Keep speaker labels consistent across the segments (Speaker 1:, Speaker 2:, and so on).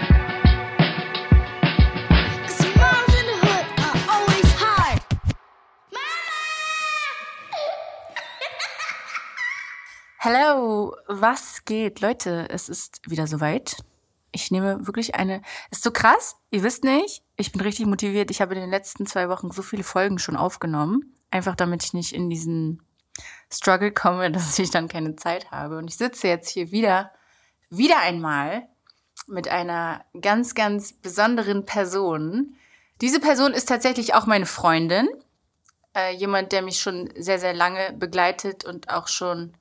Speaker 1: Hello, was geht? Leute, es ist wieder soweit. Ich nehme wirklich eine. Ist so krass, ihr wisst nicht. Ich bin richtig motiviert. Ich habe in den letzten zwei Wochen so viele Folgen schon aufgenommen. Einfach damit ich nicht in diesen Struggle komme, dass ich dann keine Zeit habe. Und ich sitze jetzt hier wieder, wieder einmal mit einer ganz, ganz besonderen Person. Diese Person ist tatsächlich auch meine Freundin. Äh, jemand, der mich schon sehr, sehr lange begleitet und auch schon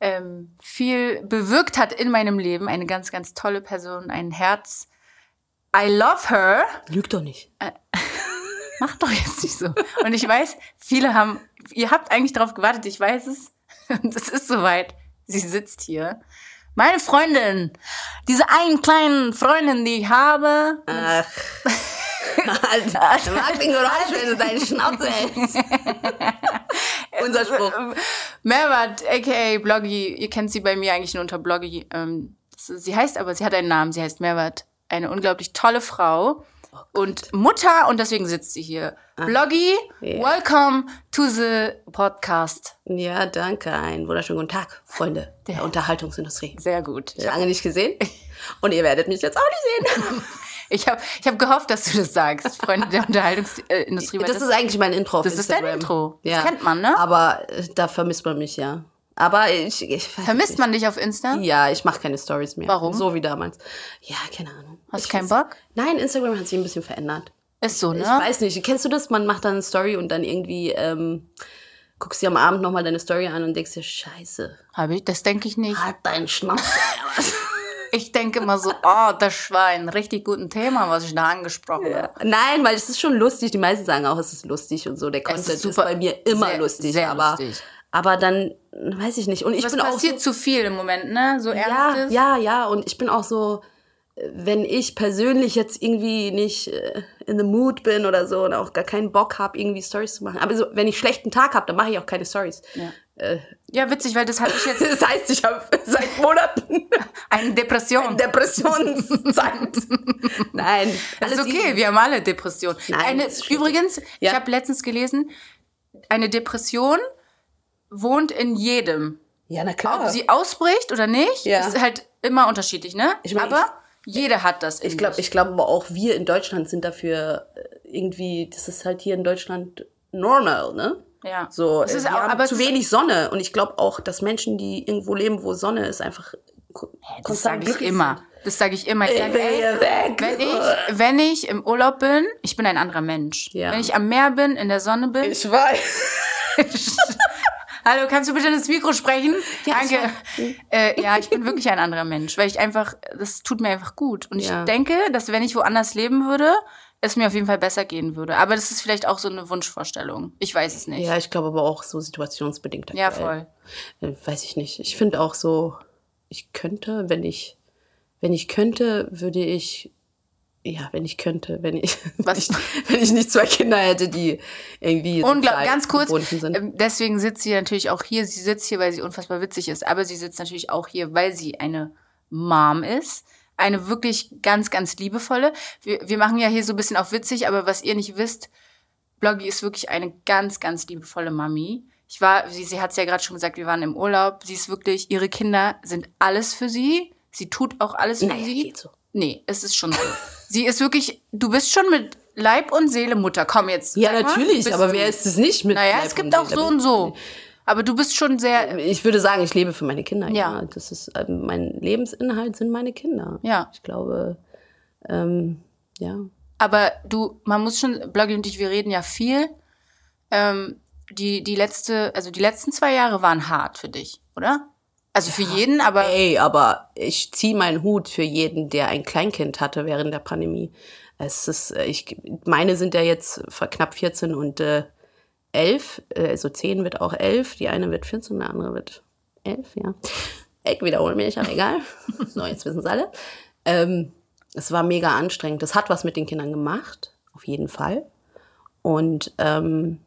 Speaker 1: ähm, viel bewirkt hat in meinem Leben. Eine ganz, ganz tolle Person, ein Herz. I love her. Äh,
Speaker 2: Lüg doch nicht.
Speaker 1: Mach doch jetzt nicht so. Und ich weiß, viele haben, ihr habt eigentlich darauf gewartet, ich weiß es. Und es ist soweit. Sie sitzt hier. Meine Freundin, diese einen kleinen Freundin, die ich habe.
Speaker 2: Ach.
Speaker 1: Also,
Speaker 2: Alter, mag den Geräusch, wenn du deine Schnauze hältst. Unser Spruch.
Speaker 1: ähm, Mervat, aka Bloggy, ihr kennt sie bei mir eigentlich nur unter Bloggy. Ähm, sie heißt aber, sie hat einen Namen, sie heißt Mervat. Eine unglaublich tolle
Speaker 2: Oh
Speaker 1: Frau und Mutter und deswegen sitzt sie hier. Bloggy,
Speaker 2: Ah. Ja.
Speaker 1: welcome to the podcast.
Speaker 2: Ja, danke. Einen wunderschönen guten Tag, Freunde der Unterhaltungsindustrie.
Speaker 1: Sehr gut.
Speaker 2: Lange nicht gesehen. Und ihr werdet mich jetzt auch nicht sehen.
Speaker 1: Ich habe ich hab gehofft, dass du das sagst, Freunde der Unterhaltungsindustrie.
Speaker 2: Das ist eigentlich mein Intro. auf
Speaker 1: Das ist dein
Speaker 2: Instagram.
Speaker 1: Intro. Das
Speaker 2: Ja.
Speaker 1: kennt man, ne?
Speaker 2: Aber äh, da vermisst man mich, ja. Aber ich, ich weiß
Speaker 1: Vermisst man dich auf Insta?
Speaker 2: nicht. Ja, ich mache keine Stories mehr.
Speaker 1: Warum?
Speaker 2: So wie damals. Ja, keine Ahnung.
Speaker 1: Hast
Speaker 2: Ich
Speaker 1: keinen
Speaker 2: weiß-
Speaker 1: Bock?
Speaker 2: Nein, Instagram hat sich ein bisschen verändert.
Speaker 1: Ist so, ne?
Speaker 2: Ich weiß nicht, kennst du das? Man macht dann eine Story und dann irgendwie ähm, guckst dir am Abend nochmal deine Story an und denkst dir, scheiße,
Speaker 1: Habe ich? Das denke ich nicht.
Speaker 2: hat dein Schnaps.
Speaker 1: Ich denke immer so, oh, das Schwein, richtig guten Thema, was ich da angesprochen habe.
Speaker 2: Nein, weil es ist schon lustig. Die meisten sagen auch, es ist lustig und so. Der Content ist,
Speaker 1: super.
Speaker 2: bei mir immer
Speaker 1: Sehr-
Speaker 2: lustig.
Speaker 1: sehr
Speaker 2: aber,
Speaker 1: lustig.
Speaker 2: aber dann weiß ich nicht. Und ich
Speaker 1: Was
Speaker 2: bin auch so,
Speaker 1: passiert zu viel im Moment, ne? So
Speaker 2: ja,
Speaker 1: ernstes.
Speaker 2: ja, ja. Und ich bin auch so, äh, wenn ich persönlich jetzt irgendwie nicht äh, in the mood bin oder so und auch gar keinen Bock habe, irgendwie Stories zu machen. Aber so, wenn ich schlechten Tag habe, dann mache ich auch keine Stories.
Speaker 1: Ja.
Speaker 2: Äh,
Speaker 1: ja, witzig, weil das hatte ich jetzt
Speaker 2: Das heißt, ich habe seit Monaten
Speaker 1: eine Depression.
Speaker 2: Depressionszeit. Nein,
Speaker 1: Das ist okay, wir haben alle Depressionen.
Speaker 2: Nein,
Speaker 1: eine,
Speaker 2: das ist richtig.
Speaker 1: übrigens, ich
Speaker 2: Ja.
Speaker 1: habe letztens gelesen, eine Depression wohnt in jedem.
Speaker 2: Ja, na
Speaker 1: Ob
Speaker 2: klar.
Speaker 1: sie ausbricht oder nicht,
Speaker 2: Ja.
Speaker 1: ist halt immer unterschiedlich, ne?
Speaker 2: Ich mein,
Speaker 1: aber jeder hat das. in
Speaker 2: ich glaube
Speaker 1: sich.
Speaker 2: ich glaub aber auch wir in Deutschland sind dafür äh, irgendwie, das ist halt hier in Deutschland normal, ne?
Speaker 1: Ja.
Speaker 2: So,
Speaker 1: Es ist
Speaker 2: wir
Speaker 1: auch-
Speaker 2: haben
Speaker 1: aber es
Speaker 2: zu
Speaker 1: ist-
Speaker 2: wenig Sonne. Und ich glaube auch, dass Menschen, die irgendwo leben, wo Sonne ist, einfach ko-
Speaker 1: Das
Speaker 2: konstant
Speaker 1: sage ich
Speaker 2: glücklich
Speaker 1: immer. Das sage ich immer. Ich
Speaker 2: Ich
Speaker 1: sag,
Speaker 2: will
Speaker 1: ey,
Speaker 2: hier weg.
Speaker 1: Wenn ich, wenn ich im Urlaub bin, ich bin ein anderer Mensch.
Speaker 2: Ja.
Speaker 1: Wenn ich am Meer bin, in der Sonne bin.
Speaker 2: sind. Ich weiß.
Speaker 1: Hallo, kannst du bitte ins Mikro sprechen?
Speaker 2: Ja, ich
Speaker 1: Danke. Äh, ja, ich bin wirklich ein anderer Mensch, weil ich einfach, das tut mir einfach gut. Und ich
Speaker 2: Ja.
Speaker 1: denke, dass wenn ich woanders leben würde, es mir auf jeden Fall besser gehen würde. Aber das ist vielleicht auch so eine Wunschvorstellung. Ich weiß es nicht.
Speaker 2: Ja, ich glaube aber auch so situationsbedingt.
Speaker 1: Ja,
Speaker 2: aktuell.
Speaker 1: voll.
Speaker 2: Äh, weiß ich nicht. Ich finde auch so, ich könnte, wenn ich, wenn ich könnte, würde ich, ja, wenn ich könnte, wenn ich,
Speaker 1: Was?
Speaker 2: ich wenn ich nicht zwei Kinder hätte, die irgendwie so
Speaker 1: Unglaublich,
Speaker 2: klein
Speaker 1: ganz kurz.
Speaker 2: gebunden sind.
Speaker 1: ähm, Deswegen sitzt sie natürlich auch hier. Sie sitzt hier, weil sie unfassbar witzig ist. Aber sie sitzt natürlich auch hier, weil sie eine Mom ist. Eine wirklich ganz, ganz liebevolle. Wir, wir machen ja hier so ein bisschen auf witzig, aber was ihr nicht wisst, Bloggy ist wirklich eine ganz, ganz liebevolle Mami. Ich war, sie, sie hat es ja gerade schon gesagt, wir waren im Urlaub. Sie ist wirklich, ihre Kinder sind alles für sie. Sie tut auch alles für
Speaker 2: naja,
Speaker 1: sie.
Speaker 2: geht so.
Speaker 1: Nee, es ist schon so. sie ist wirklich, du bist schon mit Leib und Seele Mutter. Komm jetzt.
Speaker 2: Ja,
Speaker 1: sag mal,
Speaker 2: natürlich,
Speaker 1: bist
Speaker 2: aber
Speaker 1: du.
Speaker 2: wer ist es nicht mit?
Speaker 1: Naja,
Speaker 2: Leib
Speaker 1: es gibt
Speaker 2: und
Speaker 1: auch
Speaker 2: Seele? Äh,
Speaker 1: so und so. Aber du bist schon sehr.
Speaker 2: Ich würde sagen, ich lebe für meine Kinder.
Speaker 1: Ja.
Speaker 2: Ja, das ist ähm, mein Lebensinhalt sind meine Kinder.
Speaker 1: Ja.
Speaker 2: Ich glaube, ähm, ja.
Speaker 1: Aber du, man muss schon, Bloggy und ich, wir reden ja viel. Ähm, die, die letzte, also die letzten zwei Jahre waren hart für dich, oder? Also für jeden, aber
Speaker 2: Ey, aber ich ziehe meinen Hut für jeden, der ein Kleinkind hatte während der Pandemie. Es ist, äh, ich, meine sind ja jetzt ver- knapp 14 und äh, 11, äh, also 10 wird auch 11, die eine wird 14, die andere wird 11, ja. Ich wiederhole mich, aber egal. so, jetzt wissen es alle. Ähm, es war mega anstrengend. Das hat was mit den Kindern gemacht, auf jeden Fall. Und ähm,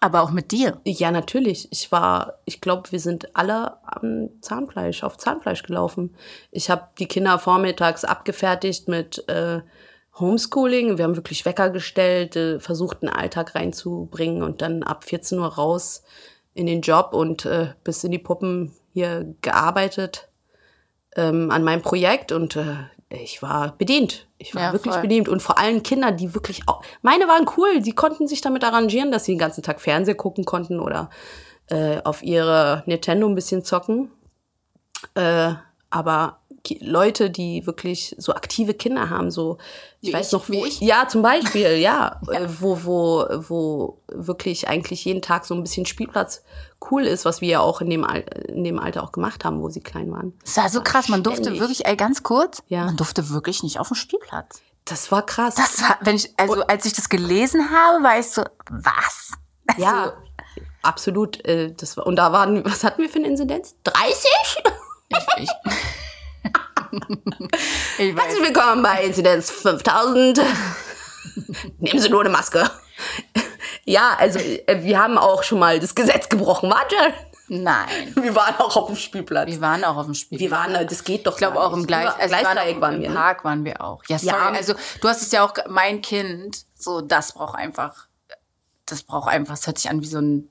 Speaker 1: aber auch mit dir.
Speaker 2: ja, natürlich. Ich war, ich glaube, wir sind alle am Zahnfleisch, auf Zahnfleisch gelaufen. Ich habe die Kinder vormittags abgefertigt mit äh, Homeschooling. Wir haben wirklich Wecker gestellt, äh, versucht, einen Alltag reinzubringen und dann ab 14 Uhr raus in den Job und äh, bis in die Puppen hier gearbeitet ähm, an meinem Projekt und äh, ich war bedient. Ich war
Speaker 1: Ja,
Speaker 2: wirklich
Speaker 1: voll.
Speaker 2: bedient. Und vor allem Kinder, die wirklich auch. Meine waren cool, die konnten sich damit arrangieren, dass sie den ganzen Tag Fernsehen gucken konnten oder äh, auf ihre Nintendo ein bisschen zocken. Äh, aber Ki- Leute, die wirklich so aktive Kinder haben, so ich
Speaker 1: Wie
Speaker 2: weiß
Speaker 1: ich-
Speaker 2: noch, wo
Speaker 1: wie
Speaker 2: ich. Ja, zum Beispiel, ja. äh, Wo, wo, wo wirklich eigentlich jeden Tag so ein bisschen Spielplatz cool ist, was wir ja auch in dem, Al in dem Alter auch gemacht haben, wo sie klein waren.
Speaker 1: Es war so krass, man durfte
Speaker 2: Ständig.
Speaker 1: wirklich, ey, ganz kurz,
Speaker 2: Ja.
Speaker 1: man durfte wirklich nicht auf dem Spielplatz.
Speaker 2: Das war krass.
Speaker 1: Das war, wenn ich, also als ich das gelesen habe, war ich so, was? Also,
Speaker 2: ja, absolut. Äh, das war, und da waren, was hatten wir für eine Inzidenz? 30?
Speaker 1: Ich, ich, ich weiß.
Speaker 2: Herzlich willkommen bei Inzidenz 5000. Nehmen Sie nur eine Maske. Ja, also äh, wir haben auch schon mal das Gesetz gebrochen, warte.
Speaker 1: Nein.
Speaker 2: Wir waren auch auf dem Spielplatz.
Speaker 1: Wir waren auch auf dem Spielplatz.
Speaker 2: Wir waren, äh, das geht doch
Speaker 1: Ich glaube auch im Gleich, also wir waren auch
Speaker 2: Gleisdreieck waren
Speaker 1: im
Speaker 2: wir. Ne?
Speaker 1: Park waren wir auch. Ja, sorry.
Speaker 2: Ja. ähm,
Speaker 1: also du hast es ja auch, ge- mein Kind, so das braucht einfach, das braucht einfach, es hört sich an wie so ein,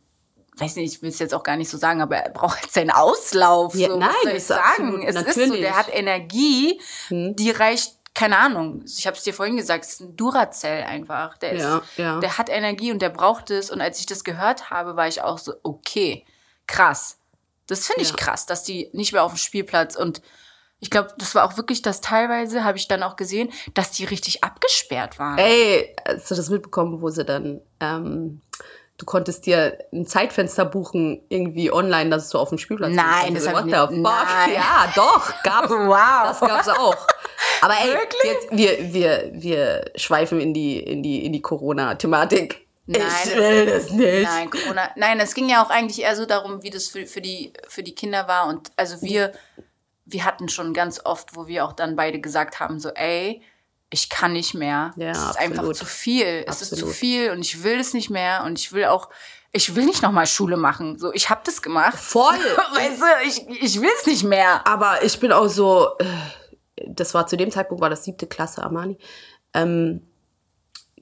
Speaker 1: weiß nicht, ich will es jetzt auch gar nicht so sagen, aber er braucht jetzt seinen Auslauf.
Speaker 2: Ja,
Speaker 1: so,
Speaker 2: nein,
Speaker 1: was soll ich
Speaker 2: ist
Speaker 1: sagen?
Speaker 2: absolut
Speaker 1: Es ist so,
Speaker 2: natürlich. Hm.
Speaker 1: der hat Energie, die reicht, keine Ahnung, ich habe es dir vorhin gesagt, es ist ein Duracell einfach. Der, ist,
Speaker 2: Ja, ja.
Speaker 1: der hat Energie und der braucht es. Und als ich das gehört habe, war ich auch so, okay, krass. Das finde ich
Speaker 2: Ja.
Speaker 1: krass, dass die nicht mehr auf dem Spielplatz und ich glaube, das war auch wirklich, dass teilweise habe ich dann auch gesehen, dass die richtig abgesperrt waren.
Speaker 2: Ey, hast du das mitbekommen, wo sie dann, ähm, du konntest dir ein Zeitfenster buchen, irgendwie online, dass du auf dem Spielplatz
Speaker 1: Nein,
Speaker 2: bist.
Speaker 1: das
Speaker 2: What
Speaker 1: hab ich
Speaker 2: the fuck?
Speaker 1: nicht- nein.
Speaker 2: Ja, doch, gab's.
Speaker 1: Wow.
Speaker 2: Das gab's auch. Aber ey,
Speaker 1: Wirklich?
Speaker 2: jetzt, wir, wir, wir schweifen in die, in die, in die Corona-Thematik.
Speaker 1: Nein.
Speaker 2: Ich will das nicht.
Speaker 1: Nein, Corona. Nein, es ging ja auch eigentlich eher so darum, wie das für, für, die, für die Kinder war. Und also wir, wir hatten schon ganz oft, wo wir auch dann beide gesagt haben: so, ey, ich kann nicht mehr.
Speaker 2: Ja,
Speaker 1: es ist einfach
Speaker 2: absolut.
Speaker 1: zu viel. Es ist zu
Speaker 2: Absolut.
Speaker 1: viel und ich will es nicht mehr. Und ich will auch, ich will nicht nochmal Schule machen. So, ich habe das gemacht.
Speaker 2: Voll.
Speaker 1: Weißt du, ich, ich will es nicht mehr.
Speaker 2: Aber ich bin auch so, äh, das war zu dem Zeitpunkt, war das siebte Klasse, Armani. Ähm,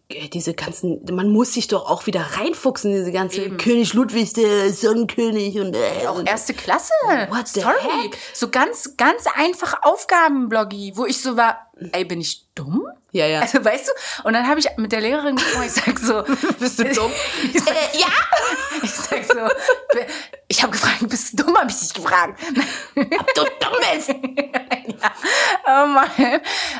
Speaker 2: äh, diese ganzen, man muss sich doch auch wieder reinfuchsen, diese ganzen König Ludwig, der Sonnenkönig und äh,
Speaker 1: Auch
Speaker 2: und-
Speaker 1: erste Klasse.
Speaker 2: What the
Speaker 1: Sorry.
Speaker 2: heck?
Speaker 1: So ganz, ganz einfach Aufgabenbloggy, wo ich so war, ey, bin ich dumm?
Speaker 2: Ja, ja.
Speaker 1: Also, weißt du? Und dann habe ich mit der Lehrerin gesprochen, ich sag so,
Speaker 2: Bist du dumm?
Speaker 1: ich sag,
Speaker 2: ja!
Speaker 1: ich sag so, be- ich habe gefragt, bist du dumm, habe ich dich gefragt.
Speaker 2: Ob du dumm bist!
Speaker 1: Oh Mann.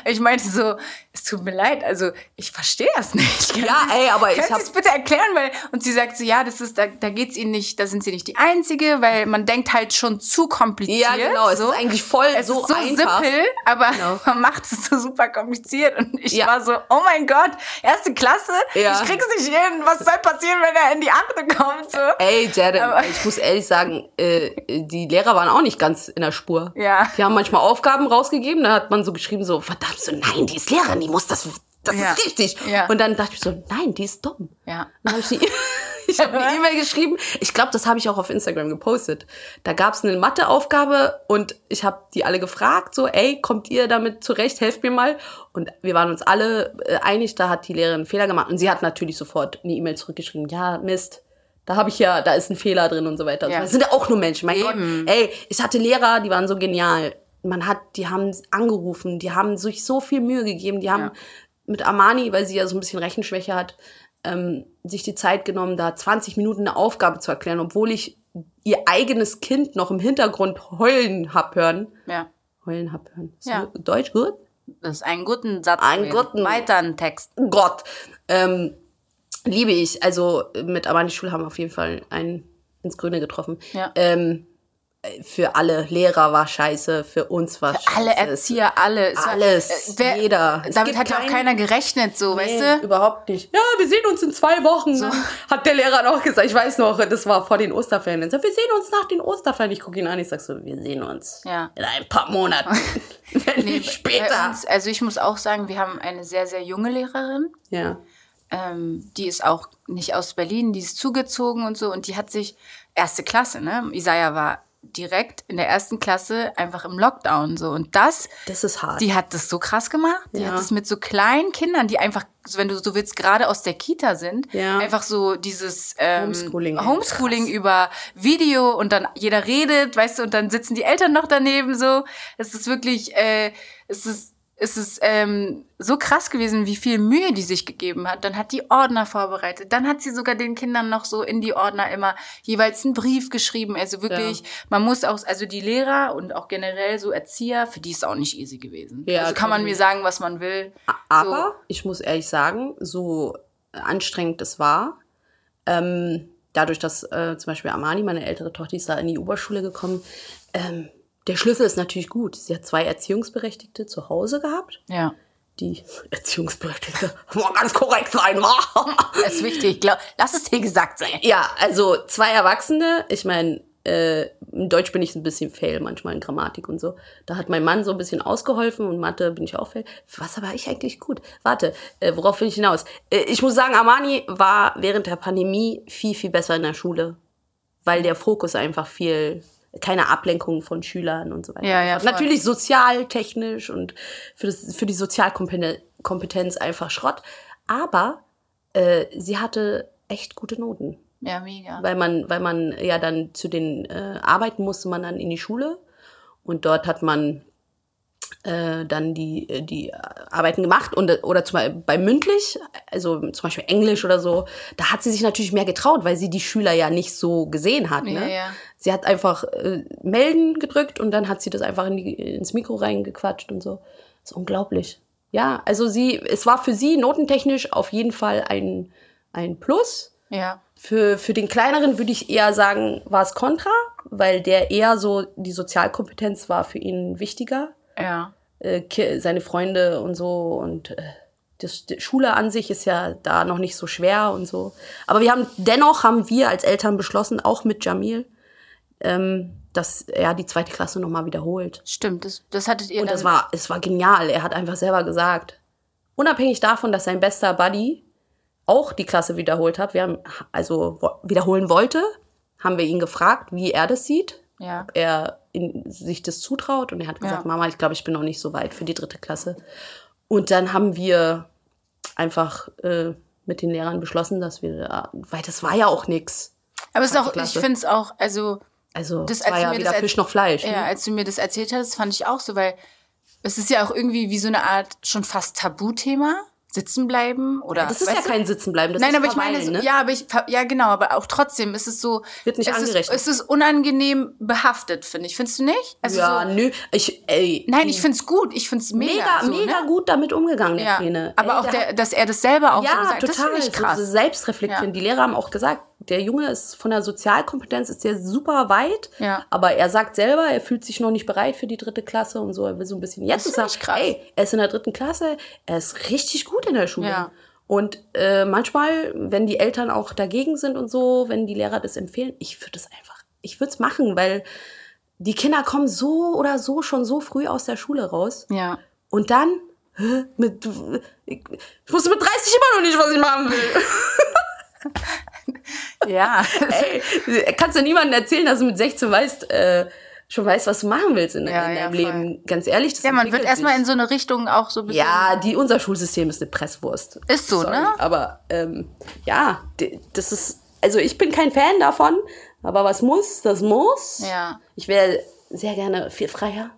Speaker 1: Ich meinte so, es tut mir leid, also ich verstehe das nicht.
Speaker 2: Ja, ey, aber ich
Speaker 1: Können
Speaker 2: hab-
Speaker 1: Sie es bitte erklären? Weil, und sie sagt so, ja, das ist, da, da geht's Ihnen nicht, da sind Sie nicht die Einzige, weil man denkt halt schon zu kompliziert.
Speaker 2: Ja, genau, es
Speaker 1: so.
Speaker 2: ist eigentlich voll
Speaker 1: es
Speaker 2: so,
Speaker 1: ist so
Speaker 2: einfach.
Speaker 1: simpel, aber
Speaker 2: Genau.
Speaker 1: man macht es so super kompliziert. Und ich
Speaker 2: Ja.
Speaker 1: war so, oh mein Gott, erste Klasse,
Speaker 2: Ja.
Speaker 1: ich krieg's nicht hin. Was soll passieren, wenn er in die achte kommt? So.
Speaker 2: Ey, Jared,
Speaker 1: Aber-
Speaker 2: ich muss ehrlich sagen, äh, die Lehrer waren auch nicht ganz in der Spur.
Speaker 1: Ja.
Speaker 2: Die haben manchmal Aufgaben rausgegeben, da hat man so geschrieben, so, verdammt, so, nein, die ist Lehrerin, die muss das, das
Speaker 1: Ja.
Speaker 2: ist richtig.
Speaker 1: Ja.
Speaker 2: Und dann dachte ich so, nein, die ist dumm.
Speaker 1: Ja.
Speaker 2: Dann hab ich die- ich habe eine E-Mail geschrieben, ich glaube, das habe ich auch auf Instagram gepostet. Da gab es eine Matheaufgabe und ich habe die alle gefragt, so, ey, kommt ihr damit zurecht, helft mir mal. Und wir waren uns alle äh, einig, da hat die Lehrerin einen Fehler gemacht und sie hat natürlich sofort eine E-Mail zurückgeschrieben, ja, Mist. Da habe ich ja, da ist ein Fehler drin und so weiter. Also,
Speaker 1: Ja.
Speaker 2: Das sind ja auch nur Menschen. Mein
Speaker 1: Eben.
Speaker 2: Gott, ey, ich hatte Lehrer, die waren so genial. Man hat, die haben angerufen, die haben sich so viel Mühe gegeben, die haben
Speaker 1: Ja.
Speaker 2: mit Armani, weil sie ja so ein bisschen Rechenschwäche hat, ähm, sich die Zeit genommen, da 20 Minuten eine Aufgabe zu erklären, obwohl ich ihr eigenes Kind noch im Hintergrund heulen hab hören.
Speaker 1: Ja.
Speaker 2: Heulen hab hören. Ist
Speaker 1: Ja.
Speaker 2: Deutsch gut?
Speaker 1: Das ist einen guten Satz.
Speaker 2: Einen
Speaker 1: gewesen.
Speaker 2: guten.
Speaker 1: Weiter einen Text.
Speaker 2: Gott. Ähm, liebe ich. Also mit Armani Schul haben wir auf jeden Fall einen ins Grüne getroffen.
Speaker 1: Ja.
Speaker 2: Ähm, für alle Lehrer war scheiße, für uns war scheiße.
Speaker 1: Alle Erzieher, alle. Es war-
Speaker 2: Alles,
Speaker 1: äh, wer-
Speaker 2: jeder. Es
Speaker 1: Damit
Speaker 2: gibt
Speaker 1: hat ja auch
Speaker 2: keinen-
Speaker 1: keiner gerechnet, so,
Speaker 2: Nee,
Speaker 1: weißt du?
Speaker 2: überhaupt nicht. Ja, wir sehen uns in zwei Wochen. ne? Hat der Lehrer noch gesagt. Ich weiß noch, das war vor den Osterferien. Er sagt, wir sehen uns nach den Osterferien. Ich gucke ihn an. Ich sag so, wir sehen uns
Speaker 1: Ja.
Speaker 2: in ein paar Monaten. Wenn
Speaker 1: Nee,
Speaker 2: nicht
Speaker 1: bei
Speaker 2: später.
Speaker 1: uns- Also ich muss auch sagen, wir haben eine sehr, sehr junge Lehrerin.
Speaker 2: Ja.
Speaker 1: Ähm, die ist auch nicht aus Berlin, die ist zugezogen und so. Und die hat sich, erste Klasse, ne? Isaiah war direkt in der ersten Klasse einfach im Lockdown so. Und das,
Speaker 2: Das ist hart.
Speaker 1: die hat das so krass gemacht. Die
Speaker 2: Ja.
Speaker 1: hat das mit so kleinen Kindern, die einfach, so wenn du so willst, gerade aus der Kita sind,
Speaker 2: Ja.
Speaker 1: einfach so dieses ähm,
Speaker 2: Homeschooling.
Speaker 1: Homeschooling über Video und dann jeder redet, weißt du, und dann sitzen die Eltern noch daneben so. Es ist wirklich, äh, es ist es ist ähm, so krass gewesen, wie viel Mühe die sich gegeben hat. Dann hat die Ordner vorbereitet. Dann hat sie sogar den Kindern noch so in die Ordner immer jeweils einen Brief geschrieben. Also wirklich,
Speaker 2: Ja.
Speaker 1: man muss auch, also die Lehrer und auch generell so Erzieher, für die ist auch nicht easy gewesen.
Speaker 2: Ja,
Speaker 1: also kann man
Speaker 2: kann
Speaker 1: mir
Speaker 2: ich.
Speaker 1: sagen, was man will.
Speaker 2: Aber ich muss ehrlich sagen, so anstrengend es war, ähm, dadurch, dass äh, zum Beispiel Armani, meine ältere Tochter, die ist da in die Oberschule gekommen, ähm, der Schlüssel ist natürlich gut. Sie hat zwei Erziehungsberechtigte zu Hause gehabt.
Speaker 1: So, ja.
Speaker 2: Die Erziehungsberechtigte muss ganz korrekt sein, war.
Speaker 1: Das ist wichtig. Glaub, lass es dir gesagt sein.
Speaker 2: Ja, also zwei Erwachsene, ich meine, äh, in Deutsch bin ich ein bisschen fail manchmal in Grammatik und so. Da hat mein Mann so ein bisschen ausgeholfen und Mathe bin ich auch fail. Für Was war ich eigentlich gut? Warte, äh, worauf will ich hinaus? Äh, ich muss sagen, Armani war während der Pandemie viel, viel besser in der Schule, weil der Fokus einfach viel, keine Ablenkung von Schülern und so weiter.
Speaker 1: Ja, ja, voll.
Speaker 2: Natürlich sozial, technisch und für, das, für die Sozialkompetenz einfach Schrott. Aber äh, sie hatte echt gute Noten
Speaker 1: Ja, mega.
Speaker 2: weil man, weil man ja dann zu den äh, Arbeiten musste man dann in die Schule und dort hat man äh, dann die, äh, die Arbeiten gemacht und, äh, oder zum Beispiel bei mündlich, also zum Beispiel Englisch oder so, da hat sie sich natürlich mehr getraut, weil sie die Schüler ja nicht so gesehen hat. Ne?
Speaker 1: Ja, ja.
Speaker 2: Sie hat einfach äh, melden gedrückt und dann hat sie das einfach in die, ins Mikro reingequatscht und so. Das ist unglaublich. Ja, also sie, es war für sie notentechnisch auf jeden Fall ein, ein Plus.
Speaker 1: Ja.
Speaker 2: Für, für den kleineren würde ich eher sagen, war es Contra, weil der eher so, die Sozialkompetenz war für ihn wichtiger.
Speaker 1: Ja.
Speaker 2: Äh, Ki- seine Freunde und so und äh, das, die Schule an sich ist ja da noch nicht so schwer und so. Aber wir haben, dennoch haben wir als Eltern beschlossen, auch mit Jamil, ähm, dass er die zweite Klasse nochmal wiederholt.
Speaker 1: Stimmt, das, das hattet ihr
Speaker 2: Und das
Speaker 1: dann-
Speaker 2: war, es war genial. Er hat einfach selber gesagt, unabhängig davon, dass sein bester Buddy auch die Klasse wiederholt hat, wir haben, also wo- wiederholen wollte, haben wir ihn gefragt, wie er das sieht,
Speaker 1: Ja.
Speaker 2: ob er in, sich das zutraut. Und er hat gesagt,
Speaker 1: Ja.
Speaker 2: Mama, ich glaube, ich bin noch nicht so weit für die dritte Klasse. Und dann haben wir einfach äh, mit den Lehrern beschlossen, dass wir, weil das war ja auch nix.
Speaker 1: Aber es ist
Speaker 2: Zweite
Speaker 1: auch, ich
Speaker 2: Klasse.
Speaker 1: finde es auch, also
Speaker 2: Also
Speaker 1: Das,
Speaker 2: das
Speaker 1: als
Speaker 2: war
Speaker 1: du
Speaker 2: ja
Speaker 1: mir
Speaker 2: weder
Speaker 1: das
Speaker 2: Fisch
Speaker 1: erz-
Speaker 2: noch Fleisch.
Speaker 1: Ja,
Speaker 2: ne?
Speaker 1: als du mir das erzählt hast, fand ich auch so, weil es ist ja auch irgendwie wie so eine Art schon fast Tabuthema, sitzen bleiben oder.
Speaker 2: Das ist ja
Speaker 1: weißt du?
Speaker 2: kein Sitzenbleiben, das
Speaker 1: Nein,
Speaker 2: ist
Speaker 1: aber
Speaker 2: verweilen,
Speaker 1: ich meine,
Speaker 2: ne?
Speaker 1: so- ja, aber ich, ver- ja, genau, aber auch trotzdem ist es so.
Speaker 2: Wird nicht
Speaker 1: es
Speaker 2: angerechnet.
Speaker 1: Ist, es ist unangenehm behaftet, finde ich. Findest du nicht? Also
Speaker 2: ja,
Speaker 1: so,
Speaker 2: nö. Ich, ey,
Speaker 1: nein, ich finde es gut. Ich finde es mega.
Speaker 2: mega,
Speaker 1: so,
Speaker 2: mega
Speaker 1: ne?
Speaker 2: gut damit umgegangen, der
Speaker 1: Ja,
Speaker 2: Kleine.
Speaker 1: aber
Speaker 2: Ey,
Speaker 1: auch,
Speaker 2: hat-
Speaker 1: der, dass er das selber auch so
Speaker 2: ja,
Speaker 1: gesagt hat, das
Speaker 2: total.
Speaker 1: finde ich krass.
Speaker 2: So, so selbstreflektieren.
Speaker 1: Ja.
Speaker 2: Die Lehrer haben auch gesagt, der Junge ist von der Sozialkompetenz ist ja super weit,
Speaker 1: Ja.
Speaker 2: aber er sagt selber, er fühlt sich noch nicht bereit für die dritte Klasse und so. Er will so ein bisschen jetzt
Speaker 1: Das
Speaker 2: ist er,
Speaker 1: finde ich krass.
Speaker 2: ey, er ist in der dritten Klasse, er ist richtig gut in der Schule.
Speaker 1: Ja.
Speaker 2: Und äh, manchmal, wenn die Eltern auch dagegen sind und so, wenn die Lehrer das empfehlen, ich würde es einfach, ich würde es machen, weil die Kinder kommen so oder so schon so früh aus der Schule raus.
Speaker 1: ja.
Speaker 2: Und dann, hä, mit, ich, ich wusste mit 30 immer noch nicht, was ich machen will.
Speaker 1: Ja.
Speaker 2: Ey, kannst du niemandem erzählen, dass du mit 16 weißt, äh, schon weißt, was du machen willst in,
Speaker 1: Ja,
Speaker 2: in
Speaker 1: ja,
Speaker 2: deinem
Speaker 1: voll.
Speaker 2: Leben. Ganz ehrlich, das
Speaker 1: ja, man wird
Speaker 2: entwickelt
Speaker 1: erstmal in
Speaker 2: sich.
Speaker 1: so eine Richtung auch so ein bisschen.
Speaker 2: ja, die, unser Schulsystem ist eine Presswurst.
Speaker 1: Ist so, ne?
Speaker 2: Aber ähm, ja, d- das ist, also ich bin kein Fan davon, aber was muss, das muss.
Speaker 1: Ja.
Speaker 2: Ich wäre sehr gerne viel freier.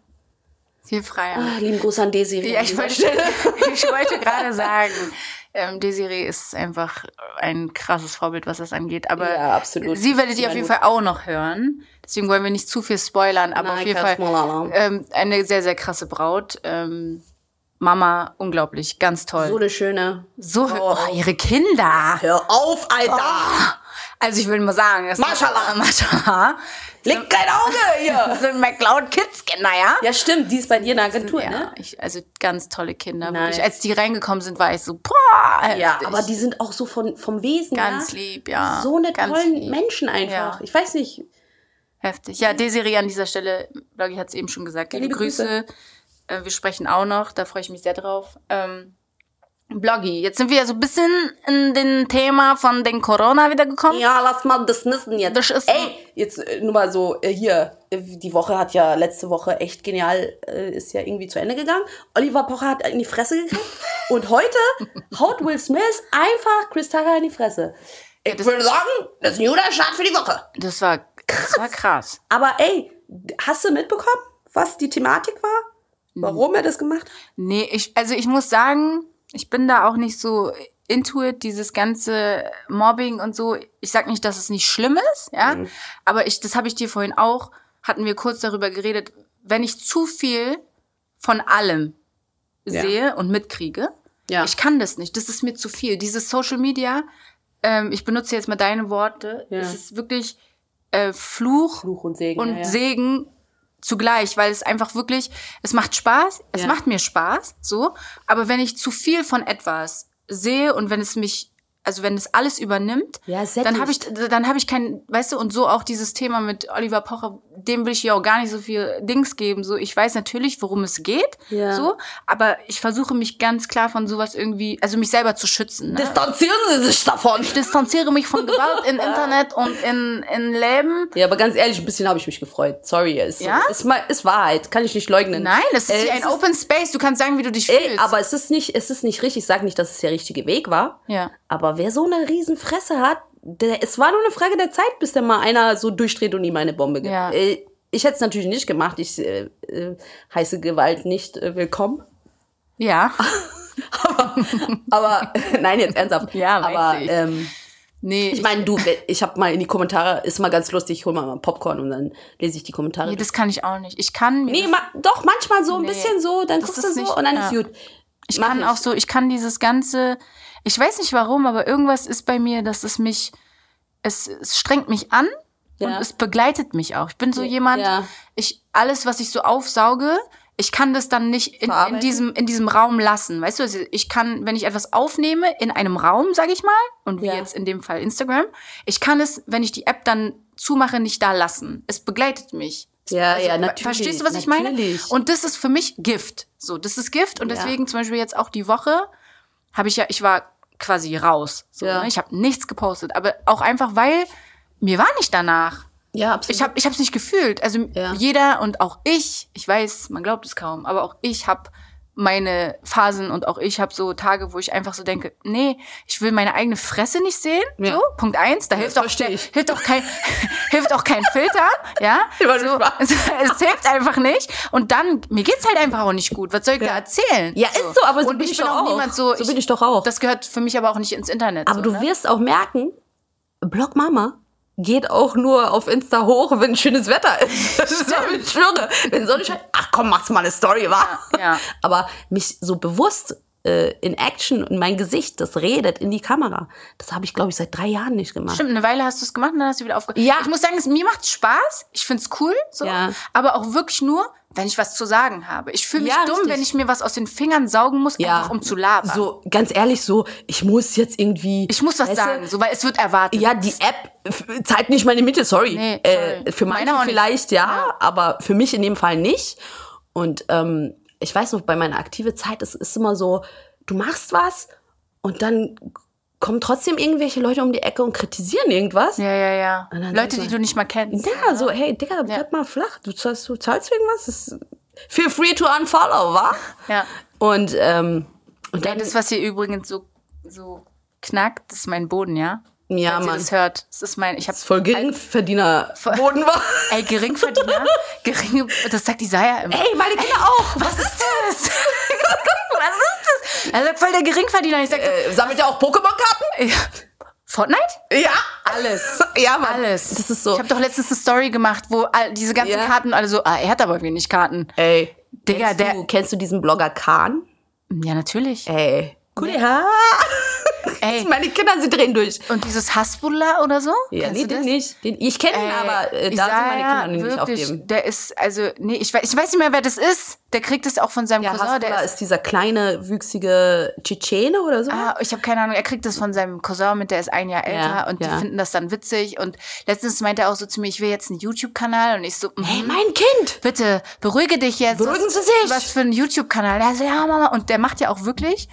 Speaker 1: Viel freier.
Speaker 2: Ah, lieben Gruß an Desi.
Speaker 1: Ja, ich wollte, ich wollte gerade sagen, ähm, Desiree ist einfach ein krasses Vorbild, was das angeht. Aber
Speaker 2: Ja, absolut.
Speaker 1: sie werdet ihr auf
Speaker 2: Mein
Speaker 1: jeden
Speaker 2: Hut.
Speaker 1: Fall auch noch hören. Deswegen wollen wir nicht zu viel spoilern, aber
Speaker 2: Nein,
Speaker 1: auf jeden
Speaker 2: kein
Speaker 1: Fall
Speaker 2: Spoiler-Alarm.
Speaker 1: ähm, eine sehr, sehr krasse Braut. Ähm, Mama, unglaublich, ganz
Speaker 2: So
Speaker 1: toll.
Speaker 2: eine schöne.
Speaker 1: So, oh, ihre Kinder.
Speaker 2: Hör auf, Alter!
Speaker 1: Also ich würde mal sagen, das
Speaker 2: Mashallah.
Speaker 1: Maschallah.
Speaker 2: Leg kein Auge hier!
Speaker 1: Das sind McLeod Kids Kinder, ja?
Speaker 2: Ja, stimmt, die ist bei dir in der Agentur,
Speaker 1: Ja,
Speaker 2: ne?
Speaker 1: ich, also ganz tolle Kinder.
Speaker 2: Nice.
Speaker 1: Wirklich. Als die reingekommen sind, war ich so, boah,
Speaker 2: Ja,
Speaker 1: heftig.
Speaker 2: aber die sind auch so von, vom Wesen
Speaker 1: Ganz
Speaker 2: her
Speaker 1: lieb, ja.
Speaker 2: so eine
Speaker 1: Ganz
Speaker 2: tollen
Speaker 1: lieb.
Speaker 2: Menschen einfach.
Speaker 1: Ja.
Speaker 2: Ich weiß nicht,
Speaker 1: Heftig. Ja, Desiree an dieser Stelle, Bloggy hat es eben schon gesagt.
Speaker 2: Ja,
Speaker 1: Liebe
Speaker 2: liebe
Speaker 1: Grüße. Äh, wir sprechen auch noch, da freue ich mich sehr drauf. Ähm, Bloggy, jetzt sind wir ja so ein bisschen in den Thema von den Corona wiedergekommen.
Speaker 2: Ja, lass mal das nissen jetzt.
Speaker 1: Das ist-
Speaker 2: Ey, jetzt äh, nur mal so, äh, hier, äh, die Woche hat ja, letzte Woche echt genial, äh, ist ja irgendwie zu Ende gegangen. Oliver Pocher hat in die Fresse gekriegt. und heute haut Will Smith einfach Chris Tucker in die Fresse. Ich würde sagen, das ist ein guter Start für die Woche.
Speaker 1: Das war, das war krass.
Speaker 2: Aber ey, hast du mitbekommen, was die Thematik war?
Speaker 1: Mhm.
Speaker 2: Warum er das gemacht hat?
Speaker 1: Nee, ich, also ich muss sagen, ich bin da auch nicht so into it, dieses ganze Mobbing und so. Ich sag nicht, dass es nicht schlimm ist, ja, aber ich, das habe ich dir vorhin auch, hatten wir kurz darüber geredet, wenn ich zu viel von allem
Speaker 2: Ja.
Speaker 1: sehe und mitkriege,
Speaker 2: Ja.
Speaker 1: ich kann das nicht, das ist mir zu viel. Dieses Social Media, ähm, ich benutze jetzt mal deine Worte,
Speaker 2: Ja.
Speaker 1: es ist wirklich äh, Fluch
Speaker 2: Fluch und Segen.
Speaker 1: und
Speaker 2: ja, ja.
Speaker 1: Segen zugleich, weil es einfach wirklich, es macht Spaß, es
Speaker 2: Ja.
Speaker 1: macht mir Spaß, so. Aber wenn ich zu viel von etwas sehe und wenn es mich, also wenn es alles übernimmt,
Speaker 2: Ja, sättigt.
Speaker 1: dann habe ich, dann habe ich kein, weißt du, und so auch dieses Thema mit Oliver Pocher, dem will ich ja auch gar nicht so viel Dings geben. So, ich weiß natürlich, worum es geht,
Speaker 2: Ja.
Speaker 1: so, aber ich versuche mich ganz klar von sowas irgendwie, also mich selber zu schützen. Ne?
Speaker 2: Distanzieren Sie sich davon.
Speaker 1: Ich distanziere mich von Gewalt im Internet und in, in Leben.
Speaker 2: Ja, aber ganz ehrlich, ein bisschen habe ich mich gefreut. Sorry, es
Speaker 1: Ja?
Speaker 2: ist, mal, ist Wahrheit, kann ich nicht leugnen.
Speaker 1: Nein, das ist
Speaker 2: Äh,
Speaker 1: hier
Speaker 2: es
Speaker 1: ein Open Space. Du kannst sagen, wie du dich
Speaker 2: Ey,
Speaker 1: fühlst.
Speaker 2: aber es ist nicht, es ist nicht richtig. Ich sage nicht, dass es der richtige Weg war.
Speaker 1: Ja.
Speaker 2: Aber wer so eine Riesenfresse hat, der, es war nur eine Frage der Zeit, bis dann mal einer so durchdreht und ihm eine Bombe gibt.
Speaker 1: Ja.
Speaker 2: Äh, Ich hätte es natürlich nicht gemacht. Ich äh, äh, heiße Gewalt nicht äh, willkommen.
Speaker 1: ja.
Speaker 2: Aber nein, jetzt ernsthaft.
Speaker 1: Ja, weiß
Speaker 2: aber
Speaker 1: ich.
Speaker 2: Ähm,
Speaker 1: Nee,
Speaker 2: ich meine, du, äh, ich habe mal in die Kommentare, ist mal ganz lustig, ich hol mal mal Popcorn und dann lese ich die Kommentare.
Speaker 1: nee, das kann ich auch nicht. Ich kann mir
Speaker 2: Nee,
Speaker 1: das,
Speaker 2: ma doch, manchmal so ein
Speaker 1: Nee,
Speaker 2: bisschen so, dann
Speaker 1: das
Speaker 2: guckst
Speaker 1: ist
Speaker 2: du so
Speaker 1: nicht-
Speaker 2: und dann
Speaker 1: ja.
Speaker 2: ist gut.
Speaker 1: ich
Speaker 2: mach
Speaker 1: kann
Speaker 2: ich.
Speaker 1: auch so, ich kann dieses ganze, ich weiß nicht warum, aber irgendwas ist bei mir, dass es mich, es, es strengt mich an und
Speaker 2: Ja.
Speaker 1: es begleitet mich auch. Ich bin so jemand,
Speaker 2: ja.
Speaker 1: ich, alles, was ich so aufsauge, ich kann das dann nicht in, in,
Speaker 2: Verarbeiten.
Speaker 1: diesem, in diesem Raum lassen. Weißt du, also ich kann, wenn ich etwas aufnehme in einem Raum, sage ich mal, und wie
Speaker 2: Ja.
Speaker 1: jetzt in dem Fall Instagram, ich kann es, wenn ich die App dann zumache, nicht da lassen. Es begleitet mich. Es- also,
Speaker 2: Ja, ja, natürlich,
Speaker 1: Verstehst du, was ich meine?
Speaker 2: natürlich.
Speaker 1: Und das ist für mich Gift. So, das ist Gift. Und
Speaker 2: Ja.
Speaker 1: deswegen zum Beispiel jetzt auch die Woche habe ich ja, ich war quasi raus. So,
Speaker 2: Ja.
Speaker 1: ne? Ich habe nichts gepostet. Aber auch einfach, weil mir war nicht danach.
Speaker 2: Ja, absolut.
Speaker 1: Ich habe ich hab's nicht gefühlt. Also
Speaker 2: Ja.
Speaker 1: jeder und auch ich, ich weiß, man glaubt es kaum, aber auch ich habe meine Phasen und auch ich habe so Tage, wo ich einfach so denke, nee, ich will meine eigene Fresse nicht sehen.
Speaker 2: Ja.
Speaker 1: So, Punkt eins, da hilft auch
Speaker 2: versteh ich.
Speaker 1: hilft auch kein hilft auch kein Filter, ja?
Speaker 2: Ich war nur
Speaker 1: So,
Speaker 2: Spaß.
Speaker 1: es, es hilft einfach nicht und dann mir geht's halt einfach auch nicht gut. Was soll ich da erzählen?
Speaker 2: ja, ist so, aber so
Speaker 1: und
Speaker 2: bin
Speaker 1: ich
Speaker 2: ich
Speaker 1: bin
Speaker 2: doch
Speaker 1: auch,
Speaker 2: auch.
Speaker 1: niemand so,
Speaker 2: So bin ich doch auch.
Speaker 1: Das gehört für mich aber auch nicht ins Internet.
Speaker 2: Aber
Speaker 1: so,
Speaker 2: du
Speaker 1: ne?
Speaker 2: wirst auch merken, Block Mama geht auch nur auf Insta hoch, wenn schönes Wetter ist. Das ist ja mit Schwirre. Wenn Sonne scheint, ach komm, machst mal eine Story, wa?
Speaker 1: Ja, ja.
Speaker 2: Aber mich so bewusst äh, in Action und mein Gesicht, das redet in die Kamera. Das habe ich, glaube ich, seit drei Jahren nicht gemacht.
Speaker 1: Stimmt, eine Weile hast du es gemacht und dann hast du wieder aufgehört.
Speaker 2: Ja.
Speaker 1: Ich muss sagen, es, mir macht Spaß. Ich find's cool. So.
Speaker 2: Ja.
Speaker 1: Aber auch wirklich nur, wenn ich was zu sagen habe. Ich fühle mich
Speaker 2: Ja,
Speaker 1: dumm,
Speaker 2: richtig.
Speaker 1: wenn ich mir was aus den Fingern saugen muss,
Speaker 2: Ja.
Speaker 1: einfach um zu labern.
Speaker 2: So, ganz ehrlich, so, ich muss jetzt irgendwie.
Speaker 1: Ich muss was
Speaker 2: Weißt du,
Speaker 1: sagen, so, weil es wird erwartet.
Speaker 2: Ja, die App f- zeigt nicht meine Mitte, sorry.
Speaker 1: Nee, sorry.
Speaker 2: Äh, für
Speaker 1: Meine
Speaker 2: manche
Speaker 1: auch nicht.
Speaker 2: vielleicht ja, aber für mich in dem Fall nicht. Und ähm, ich weiß noch, bei meiner aktive Zeit, es ist immer so, du machst was und dann kommen trotzdem irgendwelche Leute um die Ecke und kritisieren irgendwas.
Speaker 1: ja, ja. ja.
Speaker 2: Und dann
Speaker 1: Leute,
Speaker 2: sag ich
Speaker 1: die
Speaker 2: mal-
Speaker 1: du nicht mal kennst.
Speaker 2: Ja, so, hey, Digga, bleib mal flach. Du zahlst, du zahlst wegen was? Das ist- Feel free to unfollow, wa?
Speaker 1: Ja.
Speaker 2: Und, ähm, und
Speaker 1: Ey,
Speaker 2: dann,
Speaker 1: das, was hier übrigens so, so knackt, das ist mein Boden, ja?
Speaker 2: ja,
Speaker 1: Falls ihr
Speaker 2: Mann,
Speaker 1: das hört. Das ist halt mein, ich habe
Speaker 2: das voll Geringverdiener Boden war.
Speaker 1: Ey, Geringverdiener, geringe, das sagt Isaiah immer.
Speaker 2: Ey, meine Kinder auch.
Speaker 1: was ist das? was ist das? Er sagt voll der Geringverdiener. Ich sag so,
Speaker 2: Äh, sammelt ihr auch Pokémon-Karten?
Speaker 1: Ja. Fortnite?
Speaker 2: Ja.
Speaker 1: Alles.
Speaker 2: Ja, Mann.
Speaker 1: Alles.
Speaker 2: Das ist so.
Speaker 1: Ich habe doch letztens eine Story gemacht, wo all, diese ganzen
Speaker 2: Ja.
Speaker 1: Karten alle so, ah, er hat aber wenig Karten.
Speaker 2: Ey.
Speaker 1: Digga,
Speaker 2: kennst du, kennst du diesen Blogger Kahn?
Speaker 1: Ja, natürlich.
Speaker 2: Ey. Cool, ja.
Speaker 1: Ey.
Speaker 2: Meine Kinder, sie drehen durch.
Speaker 1: Und dieses Hasbulla oder so?
Speaker 2: Ja,
Speaker 1: Kennst
Speaker 2: nee,
Speaker 1: du das?
Speaker 2: den nicht. Den, ich kenne ihn,
Speaker 1: Ey,
Speaker 2: aber äh, da
Speaker 1: Isaiah,
Speaker 2: sind meine Kinder nicht
Speaker 1: wirklich,
Speaker 2: auf dem.
Speaker 1: Der ist, also, nee, ich weiß, ich weiß nicht mehr, wer das ist. Der kriegt es auch von seinem
Speaker 2: Ja,
Speaker 1: Cousin.
Speaker 2: Hasbullah
Speaker 1: der
Speaker 2: ist dieser kleine, wüchsige Tschetschene oder so.
Speaker 1: Ah, ich habe keine Ahnung. Er kriegt das von seinem Cousin mit, der ist ein Jahr älter und die
Speaker 2: ja.
Speaker 1: finden das dann witzig. Und letztens meinte er auch so zu mir, ich will jetzt einen YouTube-Kanal. Und ich so, mhm.
Speaker 2: Ey, mein Kind.
Speaker 1: bitte beruhige dich jetzt.
Speaker 2: Beruhigen
Speaker 1: Was-
Speaker 2: Sie sich!
Speaker 1: Was für ein YouTube-Kanal. Er so, ja, Mama. Und der macht ja auch wirklich,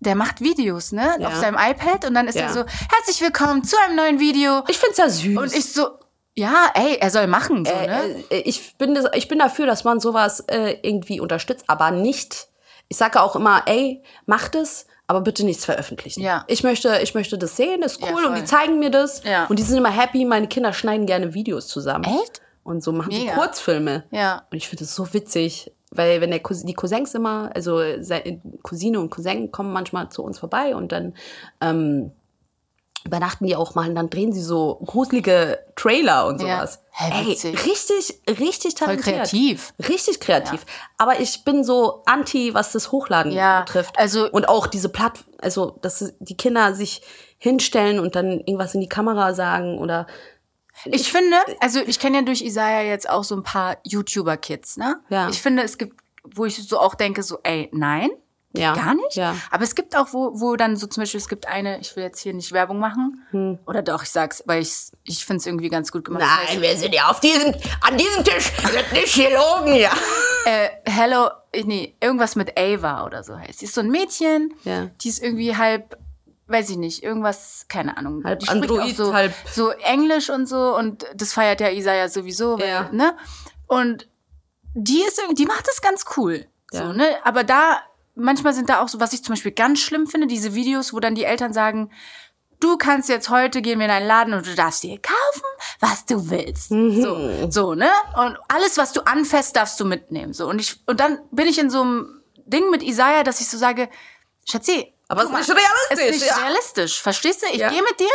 Speaker 1: der macht Videos, ne?
Speaker 2: Ja.
Speaker 1: Auf seinem iPad und dann ist
Speaker 2: Ja.
Speaker 1: er so, herzlich willkommen zu einem neuen Video.
Speaker 2: Ich find's ja süß.
Speaker 1: Und ich so, ja, ey, er soll machen, so,
Speaker 2: Äh,
Speaker 1: ne?
Speaker 2: äh, ich, bin das, ich bin dafür, dass man sowas äh, irgendwie unterstützt, aber nicht. Ich sage auch immer, ey, macht es, aber bitte nichts veröffentlichen.
Speaker 1: Ja.
Speaker 2: Ich möchte, ich möchte das sehen, ist
Speaker 1: Ja,
Speaker 2: cool und die
Speaker 1: voll.
Speaker 2: zeigen mir das
Speaker 1: Ja.
Speaker 2: und die sind immer happy. Meine Kinder schneiden gerne Videos zusammen.
Speaker 1: Echt?
Speaker 2: Und so machen
Speaker 1: Mega.
Speaker 2: die Kurzfilme.
Speaker 1: Ja.
Speaker 2: Und ich finde das so witzig, weil wenn der Cous die Cousins immer, also se- Cousine und Cousin kommen manchmal zu uns vorbei und dann ähm, übernachten die auch mal und dann drehen sie so gruselige Trailer und
Speaker 1: Ja.
Speaker 2: sowas.
Speaker 1: Hä,
Speaker 2: Ey,
Speaker 1: witzig.
Speaker 2: richtig, richtig
Speaker 1: Voll
Speaker 2: talentiert.
Speaker 1: kreativ.
Speaker 2: Richtig kreativ. Aber ich bin so anti, was das Hochladen
Speaker 1: Ja,
Speaker 2: betrifft.
Speaker 1: also-
Speaker 2: und auch diese Platt, also dass die Kinder sich hinstellen und dann irgendwas in die Kamera sagen oder
Speaker 1: Ich finde,
Speaker 2: äh,
Speaker 1: also ich kenne ja durch Isaiah jetzt auch so ein paar YouTuber-Kids, ne?
Speaker 2: Ja.
Speaker 1: Ich finde, es gibt, wo ich so auch denke, so, ey, nein,
Speaker 2: ja.
Speaker 1: gar nicht.
Speaker 2: Ja.
Speaker 1: Aber es gibt auch, wo, wo dann so zum Beispiel, es gibt eine, ich will jetzt hier nicht Werbung machen. Oder doch, ich sag's, weil ich, ich finde es irgendwie ganz gut gemacht. Das heißt,
Speaker 2: Hm. Nein, wir sind ja auf diesem, an diesem Tisch wird nicht gelogen, ja.
Speaker 1: äh, Hello, äh, nee, irgendwas mit Ava oder so heißt. Sie ist so ein Mädchen,
Speaker 2: Ja.
Speaker 1: die ist irgendwie halb, weiß ich nicht, irgendwas, keine Ahnung.
Speaker 2: Halb
Speaker 1: die spricht auch
Speaker 2: Android,
Speaker 1: so,
Speaker 2: halb-
Speaker 1: so Englisch und so und das feiert ja Isaiah sowieso, weil,
Speaker 2: Ja.
Speaker 1: ne? Und die ist irgendwie, die macht das ganz cool. So,
Speaker 2: Ja.
Speaker 1: ne? Aber da, manchmal sind da auch so, was ich zum Beispiel ganz schlimm finde, diese Videos, wo dann die Eltern sagen, du kannst jetzt heute gehen wir in einen Laden und du darfst dir kaufen, was du willst.
Speaker 2: Mhm.
Speaker 1: So, so, ne? Und alles, was du anfasst, darfst du mitnehmen. So. Und, ich, und dann bin ich in so einem Ding mit Isaiah, dass ich so sage, Schatzi,
Speaker 2: Aber
Speaker 1: guck
Speaker 2: es ist
Speaker 1: mal,
Speaker 2: nicht realistisch,
Speaker 1: Ist nicht
Speaker 2: ja.
Speaker 1: realistisch. Verstehst du? Ich
Speaker 2: Ja.
Speaker 1: gehe mit dir,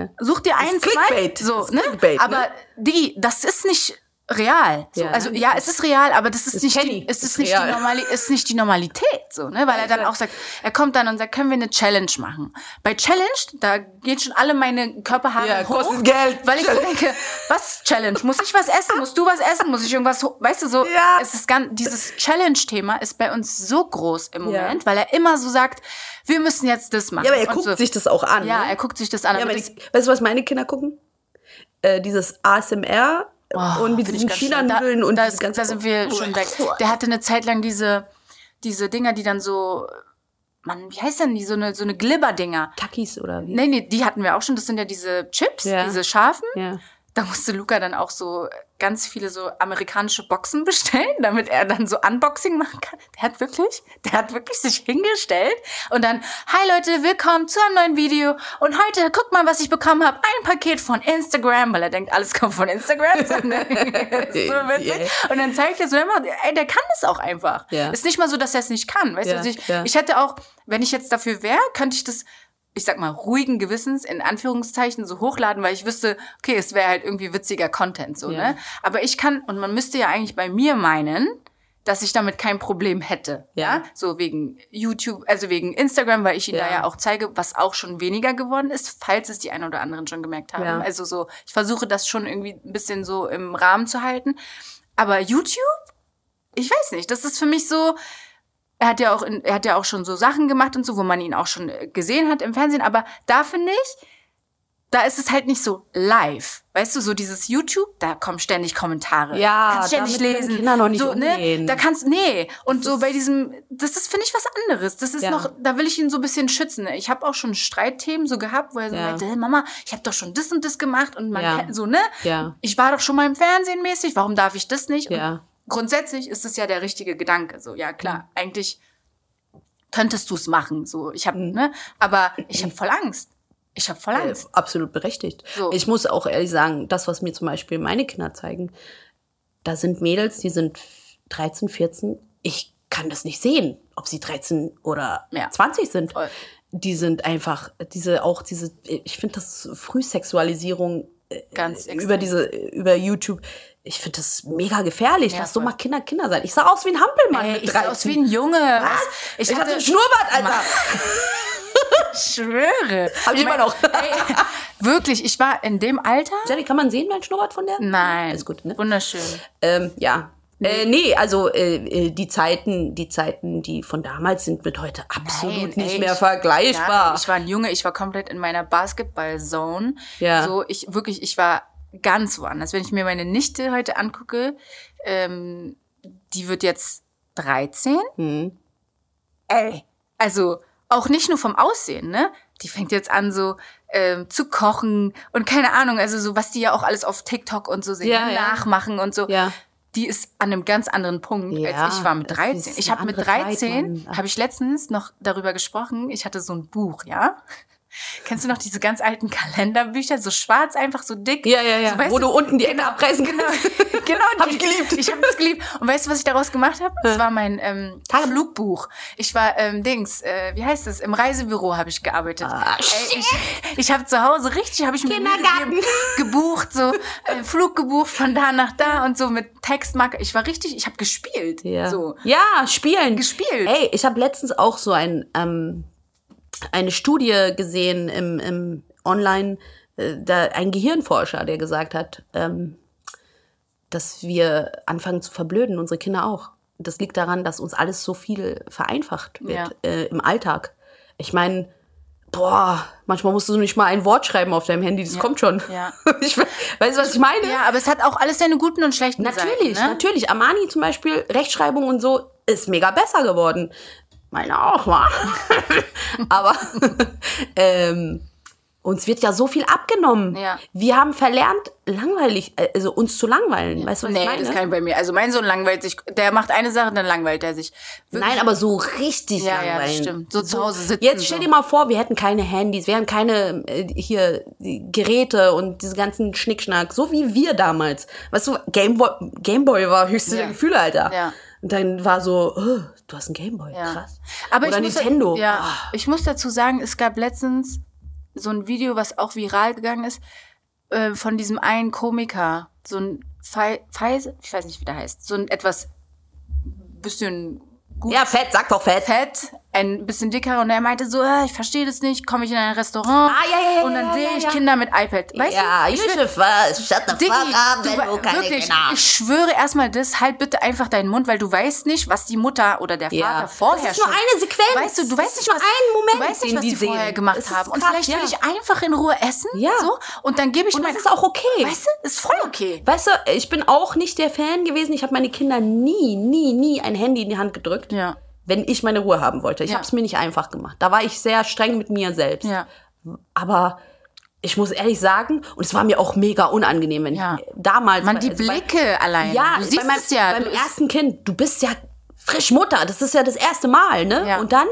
Speaker 2: Ja.
Speaker 1: such dir ein, zwei.
Speaker 2: Clickbait.
Speaker 1: So,
Speaker 2: Ist
Speaker 1: ne?
Speaker 2: Clickbait, ne?
Speaker 1: Aber die, das ist nicht real. So,
Speaker 2: Ja,
Speaker 1: also
Speaker 2: ne?
Speaker 1: ja, es ist real, aber das ist,
Speaker 2: Ist
Speaker 1: nicht,
Speaker 2: Kenny.
Speaker 1: die, es ist,
Speaker 2: Ist
Speaker 1: nicht die
Speaker 2: real.
Speaker 1: Normali ist nicht die Normalität, so, ne? Weil er dann auch sagt, er kommt dann und sagt, können wir eine Challenge machen? Bei Challenge, da gehen schon alle meine Körperhaare
Speaker 2: Ja,
Speaker 1: hoch,
Speaker 2: kostet Geld.
Speaker 1: weil ich so denke, was Challenge? Muss ich was essen? Musst du was essen? Muss ich irgendwas? ho- Weißt du so?
Speaker 2: Ja.
Speaker 1: Es ist ganz dieses Challenge-Thema ist bei uns so groß im Moment, weil er immer so sagt, wir müssen jetzt das machen.
Speaker 2: Ja, aber er
Speaker 1: und
Speaker 2: guckt
Speaker 1: so.
Speaker 2: sich das auch an.
Speaker 1: Ja,
Speaker 2: ne?
Speaker 1: er guckt sich das an.
Speaker 2: ja,
Speaker 1: aber
Speaker 2: meine,
Speaker 1: das-
Speaker 2: Weißt du, was meine Kinder gucken? Äh, dieses ASMR
Speaker 1: Oh,
Speaker 2: und mit
Speaker 1: find
Speaker 2: diesen
Speaker 1: ich ganz schlimm.
Speaker 2: China-Nudeln
Speaker 1: da,
Speaker 2: und
Speaker 1: da,
Speaker 2: dieses ganze.
Speaker 1: Da sind wir schon weg. Der hatte eine Zeit lang diese, diese Dinger, die dann so, Mann, wie heißt denn die? So eine, so eine Glibber-Dinger.
Speaker 2: Takis oder wie?
Speaker 1: Nee, nee, die hatten wir auch schon. Das sind ja diese Chips,
Speaker 2: Ja.
Speaker 1: diese scharfen.
Speaker 2: Ja.
Speaker 1: Da musste Luca dann auch so ganz viele so amerikanische Boxen bestellen, damit er dann so Unboxing machen kann. Der hat wirklich, der hat wirklich sich hingestellt und dann, hi Leute, willkommen zu einem neuen Video und heute guckt mal, was ich bekommen habe, ein Paket von Instagram, weil er denkt, alles kommt von Instagram. so witzig.
Speaker 2: Yeah.
Speaker 1: Und dann zeigt er so immer, ey, der kann das auch einfach.
Speaker 2: Ja.
Speaker 1: Ist nicht mal so, dass er es nicht kann, weißt
Speaker 2: Ja,
Speaker 1: du? Also ich,
Speaker 2: ja.
Speaker 1: ich hätte auch, wenn ich jetzt dafür wäre, könnte ich das, ich sag mal, ruhigen Gewissens in Anführungszeichen so hochladen, weil ich wüsste, okay, es wäre halt irgendwie witziger Content so,
Speaker 2: Ja.
Speaker 1: ne? Aber ich kann, und man müsste ja eigentlich bei mir meinen, dass ich damit kein Problem hätte. Ja.
Speaker 2: Ja.
Speaker 1: So wegen YouTube, also wegen Instagram, weil ich ihnen
Speaker 2: Ja.
Speaker 1: da ja auch zeige, was auch schon weniger geworden ist, falls es die einen oder anderen schon gemerkt haben.
Speaker 2: Ja.
Speaker 1: Also so, ich versuche das schon irgendwie ein bisschen so im Rahmen zu halten. Aber YouTube, ich weiß nicht, das ist für mich so, er hat ja auch, in, er hat ja auch schon so Sachen gemacht und so, wo man ihn auch schon äh, gesehen hat im Fernsehen, aber da finde ich, da ist es halt nicht so live. Weißt du, so dieses YouTube, da kommen ständig Kommentare.
Speaker 2: Ja,
Speaker 1: kannst ständig
Speaker 2: damit
Speaker 1: lesen.
Speaker 2: können Kinder noch nicht
Speaker 1: so, ne?
Speaker 2: umgehen.
Speaker 1: Da kannst nee, und so bei diesem das ist finde ich was anderes. Das ist
Speaker 2: Ja.
Speaker 1: noch da will ich ihn so ein bisschen schützen. Ich habe auch schon Streitthemen so gehabt, wo er so
Speaker 2: Ja.
Speaker 1: meinte, hey, Mama, ich habe doch schon das und das gemacht und man
Speaker 2: Ja.
Speaker 1: kann, so, ne?
Speaker 2: Ja.
Speaker 1: Ich war doch schon mal im Fernsehen mäßig, warum darf ich das nicht? Und
Speaker 2: Ja.
Speaker 1: grundsätzlich ist es ja der richtige Gedanke. So, ja,
Speaker 2: Mhm.
Speaker 1: klar, eigentlich könntest du es machen. So, ich habe, ne? Aber ich habe voll Angst. Ich habe voll
Speaker 2: Mhm. Äh,
Speaker 1: Angst.
Speaker 2: absolut berechtigt.
Speaker 1: So.
Speaker 2: Ich muss auch ehrlich sagen, das, was mir zum Beispiel meine Kinder zeigen, da sind Mädels, die sind 13, 14. Ich kann das nicht sehen, ob sie 13 oder
Speaker 1: Ja.
Speaker 2: 20 sind.
Speaker 1: Voll.
Speaker 2: Die sind einfach, diese, auch diese, ich finde das Frühsexualisierung äh,
Speaker 1: Ganz extrem.
Speaker 2: über diese, über YouTube, ich finde das mega gefährlich.
Speaker 1: Ja,
Speaker 2: Lass doch
Speaker 1: voll.
Speaker 2: mal Kinder Kinder sein. Ich sah aus wie ein Hampelmann
Speaker 1: Ey,
Speaker 2: mit
Speaker 1: ich
Speaker 2: 13.
Speaker 1: sah aus wie ein Junge. Was?
Speaker 2: ich, hatte einen Schnurrbart, Alter.
Speaker 1: Ich schwöre.
Speaker 2: Hab ich immer noch.
Speaker 1: Ey, wirklich, ich war in dem Alter.
Speaker 2: Jenny, kann man sehen, mein Schnurrbart von der?
Speaker 1: Nein.
Speaker 2: Ist gut, ne?
Speaker 1: Wunderschön.
Speaker 2: Ähm, ja. Äh, nee, also äh, äh, die Zeiten, die Zeiten, die von damals sind mit heute absolut
Speaker 1: Nein,
Speaker 2: nicht
Speaker 1: ey,
Speaker 2: mehr
Speaker 1: ich- Ja,
Speaker 2: vergleichbar.
Speaker 1: ich war ein Junge, ich war komplett in meiner Basketball-Zone.
Speaker 2: Ja.
Speaker 1: So, ich wirklich, ich war ganz woanders. Wenn ich mir meine Nichte heute angucke, ähm,
Speaker 2: Hm.
Speaker 1: die wird jetzt 13. Ey, also, auch nicht nur vom Aussehen, ne? Die fängt jetzt an, so ähm, zu kochen und keine Ahnung, also so, was die ja auch alles auf TikTok und so sehen,
Speaker 2: Ja,
Speaker 1: ne?
Speaker 2: ja.
Speaker 1: nachmachen und so.
Speaker 2: Ja.
Speaker 1: Die ist an einem ganz anderen Punkt,
Speaker 2: Ja,
Speaker 1: als ich war mit
Speaker 2: das
Speaker 1: 13.
Speaker 2: ist
Speaker 1: Ich
Speaker 2: eine
Speaker 1: habe mit
Speaker 2: andere Zeit,
Speaker 1: 13,
Speaker 2: Mann.
Speaker 1: habe ich letztens noch darüber gesprochen, ich hatte so ein Buch, ja? Kennst du noch diese ganz alten Kalenderbücher, so schwarz, einfach so dick?
Speaker 2: Ja, ja, ja.
Speaker 1: So, weißt
Speaker 2: Wo du unten die Ende abreißen
Speaker 1: Genau,
Speaker 2: kannst.
Speaker 1: genau
Speaker 2: Hab
Speaker 1: die.
Speaker 2: ich geliebt.
Speaker 1: Ich habe das geliebt. Und weißt du, was ich daraus gemacht habe? Das war mein ähm, Flugbuch. Ich war ähm, Dings, äh, wie heißt es? Im Reisebüro habe ich gearbeitet.
Speaker 2: Ah,
Speaker 1: Ey, ich ich habe zu Hause richtig, habe ich mir Mühe
Speaker 2: Kindergarten.
Speaker 1: gegeben, gebucht, so äh, Flug gebucht von da nach da und so mit Textmarker. Ich war richtig, ich habe gespielt.
Speaker 2: Ja.
Speaker 1: So.
Speaker 2: ja, spielen.
Speaker 1: Gespielt.
Speaker 2: Ey, ich habe letztens auch so ein, ähm, eine Studie gesehen im, im Online, äh, da ein Gehirnforscher, der gesagt hat, ähm, dass wir anfangen zu verblöden, unsere Kinder auch. Das liegt daran, dass uns alles so viel vereinfacht wird äh, im Alltag. Ich meine, boah, manchmal musst du nicht mal ein Wort schreiben auf deinem Handy, das kommt schon.
Speaker 1: Ja.
Speaker 2: Ich, we- weißt du, was ich meine?
Speaker 1: Ja, aber es hat auch alles seine guten und schlechten
Speaker 2: Natürlich,
Speaker 1: Seiten. ne?
Speaker 2: natürlich. Armani zum Beispiel, Rechtschreibung und so, ist mega besser geworden. Meine auch, wa? Aber ähm, uns wird ja so viel abgenommen.
Speaker 1: Ja.
Speaker 2: Wir haben verlernt, langweilig, äh, also uns zu langweilen. Weißt du, was
Speaker 1: Nee,
Speaker 2: ich meine?
Speaker 1: das kann ich bei mir. Also mein Sohn langweilt sich, der macht eine Sache, dann langweilt er sich. Wirklich.
Speaker 2: Nein, aber so richtig
Speaker 1: Ja, ja, das
Speaker 2: langweilen.
Speaker 1: stimmt. So zu Hause sitzen,
Speaker 2: Jetzt stell
Speaker 1: so.
Speaker 2: dir mal vor, wir hätten keine Handys, wir hätten keine äh, hier die Geräte und diese ganzen Schnickschnack, so wie wir damals. Weißt du, Gameboy, Gameboy war höchste
Speaker 1: Ja.
Speaker 2: Gefühle, Alter.
Speaker 1: Ja.
Speaker 2: Und dann war so, oh, du hast einen Gameboy,
Speaker 1: Ja.
Speaker 2: krass.
Speaker 1: Aber
Speaker 2: Oder
Speaker 1: ich muss,
Speaker 2: Nintendo.
Speaker 1: Ja,
Speaker 2: Ah.
Speaker 1: ich muss dazu sagen, es gab letztens so ein Video, was auch viral gegangen ist, äh, von diesem einen Komiker. So ein Fe- Feise, ich weiß nicht, wie der heißt. So ein etwas bisschen gut
Speaker 2: Ja, fett, sag doch fett.
Speaker 1: fett, ein bisschen dicker und er meinte so, äh, ich verstehe das nicht, komme ich in ein Restaurant
Speaker 2: Ah, ja, ja, ja,
Speaker 1: und dann
Speaker 2: ja,
Speaker 1: sehe
Speaker 2: ja,
Speaker 1: ich
Speaker 2: ja.
Speaker 1: Kinder mit iPad. Weißt
Speaker 2: ja,
Speaker 1: du,
Speaker 2: you
Speaker 1: ich will-
Speaker 2: should first shut the
Speaker 1: Diggi,
Speaker 2: fuck up, wenn
Speaker 1: du,
Speaker 2: du keine
Speaker 1: wirklich,
Speaker 2: Kinder hast.
Speaker 1: ich schwöre erstmal das, halt bitte einfach deinen Mund, weil du weißt nicht, was die Mutter oder der Vater
Speaker 2: Ja.
Speaker 1: vorher
Speaker 2: Das ist nur
Speaker 1: schon-
Speaker 2: eine Sequenz.
Speaker 1: Weißt du, du
Speaker 2: Das
Speaker 1: weißt
Speaker 2: ist
Speaker 1: nicht,
Speaker 2: nur
Speaker 1: was,
Speaker 2: ein Moment,
Speaker 1: du weißt nicht,
Speaker 2: den
Speaker 1: was
Speaker 2: die
Speaker 1: die vorher
Speaker 2: sehen.
Speaker 1: gemacht
Speaker 2: Das ist
Speaker 1: haben. Und
Speaker 2: krass,
Speaker 1: vielleicht
Speaker 2: ja.
Speaker 1: will ich einfach in Ruhe essen,
Speaker 2: Ja.
Speaker 1: so, und dann gebe ich
Speaker 2: Und
Speaker 1: mein...
Speaker 2: das ist auch okay.
Speaker 1: Weißt du, ist voll okay.
Speaker 2: Weißt du, ich bin auch nicht der Fan gewesen. Ich habe meine Kinder nie, nie, nie ein Handy in die Hand gedrückt,
Speaker 1: Ja.
Speaker 2: wenn ich meine Ruhe haben wollte. Ich
Speaker 1: Ja.
Speaker 2: habe es mir nicht einfach gemacht. Da war ich sehr streng mit mir selbst.
Speaker 1: Ja.
Speaker 2: Aber ich muss ehrlich sagen, und es war mir auch mega unangenehm, wenn
Speaker 1: Ja.
Speaker 2: ich damals.
Speaker 1: Man, die
Speaker 2: also bei-
Speaker 1: Blicke allein.
Speaker 2: ja,
Speaker 1: du siehst
Speaker 2: bei meinem,
Speaker 1: es ja.
Speaker 2: Beim
Speaker 1: du,
Speaker 2: ersten Kind, du bist ja frisch Mutter. Das ist ja das erste Mal, ne?
Speaker 1: Ja.
Speaker 2: Und dann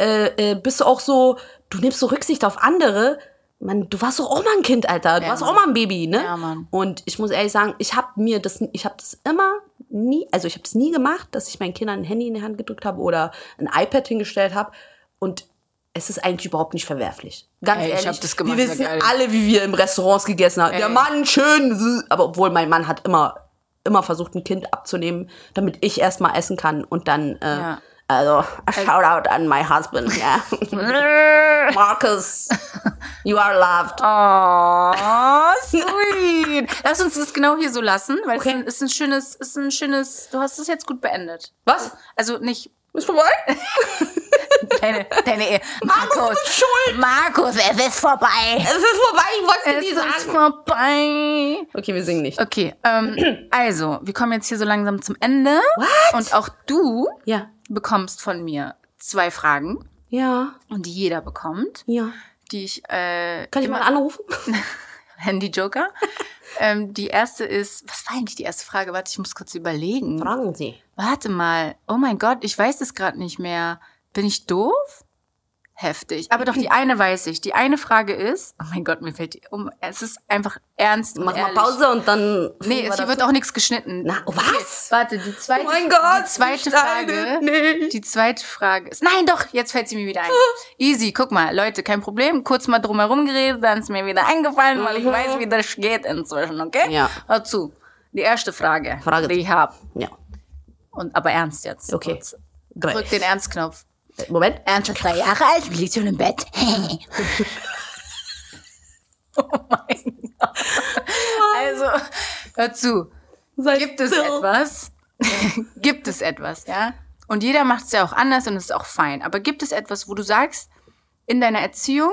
Speaker 2: äh, äh, bist du auch so, du nimmst so Rücksicht auf andere. Man, du warst doch auch mal ein Kind, Alter. Du
Speaker 1: Ja,
Speaker 2: warst
Speaker 1: Mann.
Speaker 2: auch mal ein Baby, ne?
Speaker 1: Ja, Mann.
Speaker 2: Und ich muss ehrlich sagen, ich habe mir das, ich habe das immer nie, also ich habe das nie gemacht, dass ich meinen Kindern ein Handy in die Hand gedrückt habe oder ein iPad hingestellt habe. Und es ist eigentlich überhaupt nicht verwerflich. Ganz
Speaker 1: Ey, ich
Speaker 2: ehrlich,
Speaker 1: hab das gemacht,
Speaker 2: wir
Speaker 1: ist ja
Speaker 2: wissen
Speaker 1: geil.
Speaker 2: alle, wie wir im Restaurants gegessen haben.
Speaker 1: Ey.
Speaker 2: Der Mann schön, aber obwohl mein Mann hat immer immer versucht, ein Kind abzunehmen, damit ich erstmal essen kann und dann. Äh,
Speaker 1: Ja.
Speaker 2: Also, shout out an my husband. ja. Marcus, you are loved.
Speaker 1: Oh, sweet. Lass uns das genau hier so lassen, weil
Speaker 2: Okay.
Speaker 1: es ist ein, ist ein schönes, ist ein schönes, du hast es jetzt gut beendet.
Speaker 2: Was?
Speaker 1: Also nicht
Speaker 2: Ist vorbei?
Speaker 1: deine, deine Ehe. Markus,
Speaker 2: Schuld!
Speaker 1: Markus, es ist vorbei.
Speaker 2: Es ist vorbei, ich wollte es
Speaker 1: Es
Speaker 2: dir
Speaker 1: ist
Speaker 2: sagen.
Speaker 1: vorbei.
Speaker 2: Okay, wir singen nicht.
Speaker 1: Okay, ähm, also, wir kommen jetzt hier so langsam zum Ende.
Speaker 2: What?
Speaker 1: Und auch du
Speaker 2: Ja.
Speaker 1: bekommst von mir zwei Fragen,
Speaker 2: Ja,
Speaker 1: und die jeder bekommt,
Speaker 2: ja.
Speaker 1: die ich, äh,
Speaker 2: Kann ich mal anrufen?
Speaker 1: Handy-Joker. ähm, die erste ist, was war eigentlich die erste Frage? Warte, ich muss kurz überlegen.
Speaker 2: Fragen Sie.
Speaker 1: Warte mal. Oh mein Gott, ich weiß es gerade nicht mehr. Bin ich doof? Heftig. Aber doch, die eine weiß ich. Die eine Frage ist, oh mein Gott, mir fällt die um. Es ist einfach ernst. und
Speaker 2: Mach mal
Speaker 1: ehrlich.
Speaker 2: Pause und dann.
Speaker 1: Nee, es, hier wird auch nichts geschnitten.
Speaker 2: Na, was?
Speaker 1: Warte, die zweite,
Speaker 2: Oh mein Gott,
Speaker 1: die zweite Frage.
Speaker 2: schneidet nicht.
Speaker 1: Die zweite Frage ist. Nein, doch, jetzt fällt sie mir wieder ein. Easy, guck mal, Leute, kein Problem. Kurz mal drumherum geredet, dann ist mir wieder eingefallen, weil ich
Speaker 2: Mhm.
Speaker 1: weiß, wie das geht inzwischen, okay?
Speaker 2: Ja.
Speaker 1: Hör zu. Die erste Frage,
Speaker 2: Frage.
Speaker 1: die ich habe.
Speaker 2: Ja.
Speaker 1: Und aber ernst jetzt.
Speaker 2: Okay.
Speaker 1: Kurz. Drück
Speaker 2: Drei.
Speaker 1: den Ernstknopf.
Speaker 2: Moment.
Speaker 1: Ernst schon drei Jahre alt, liegt schon im Bett. oh mein Gott. Also, hör zu.
Speaker 2: Sei
Speaker 1: Gibt es
Speaker 2: still.
Speaker 1: etwas? gibt es etwas, ja? Und jeder macht es ja auch anders und es ist auch fein. Aber gibt es etwas, wo du sagst, in deiner Erziehung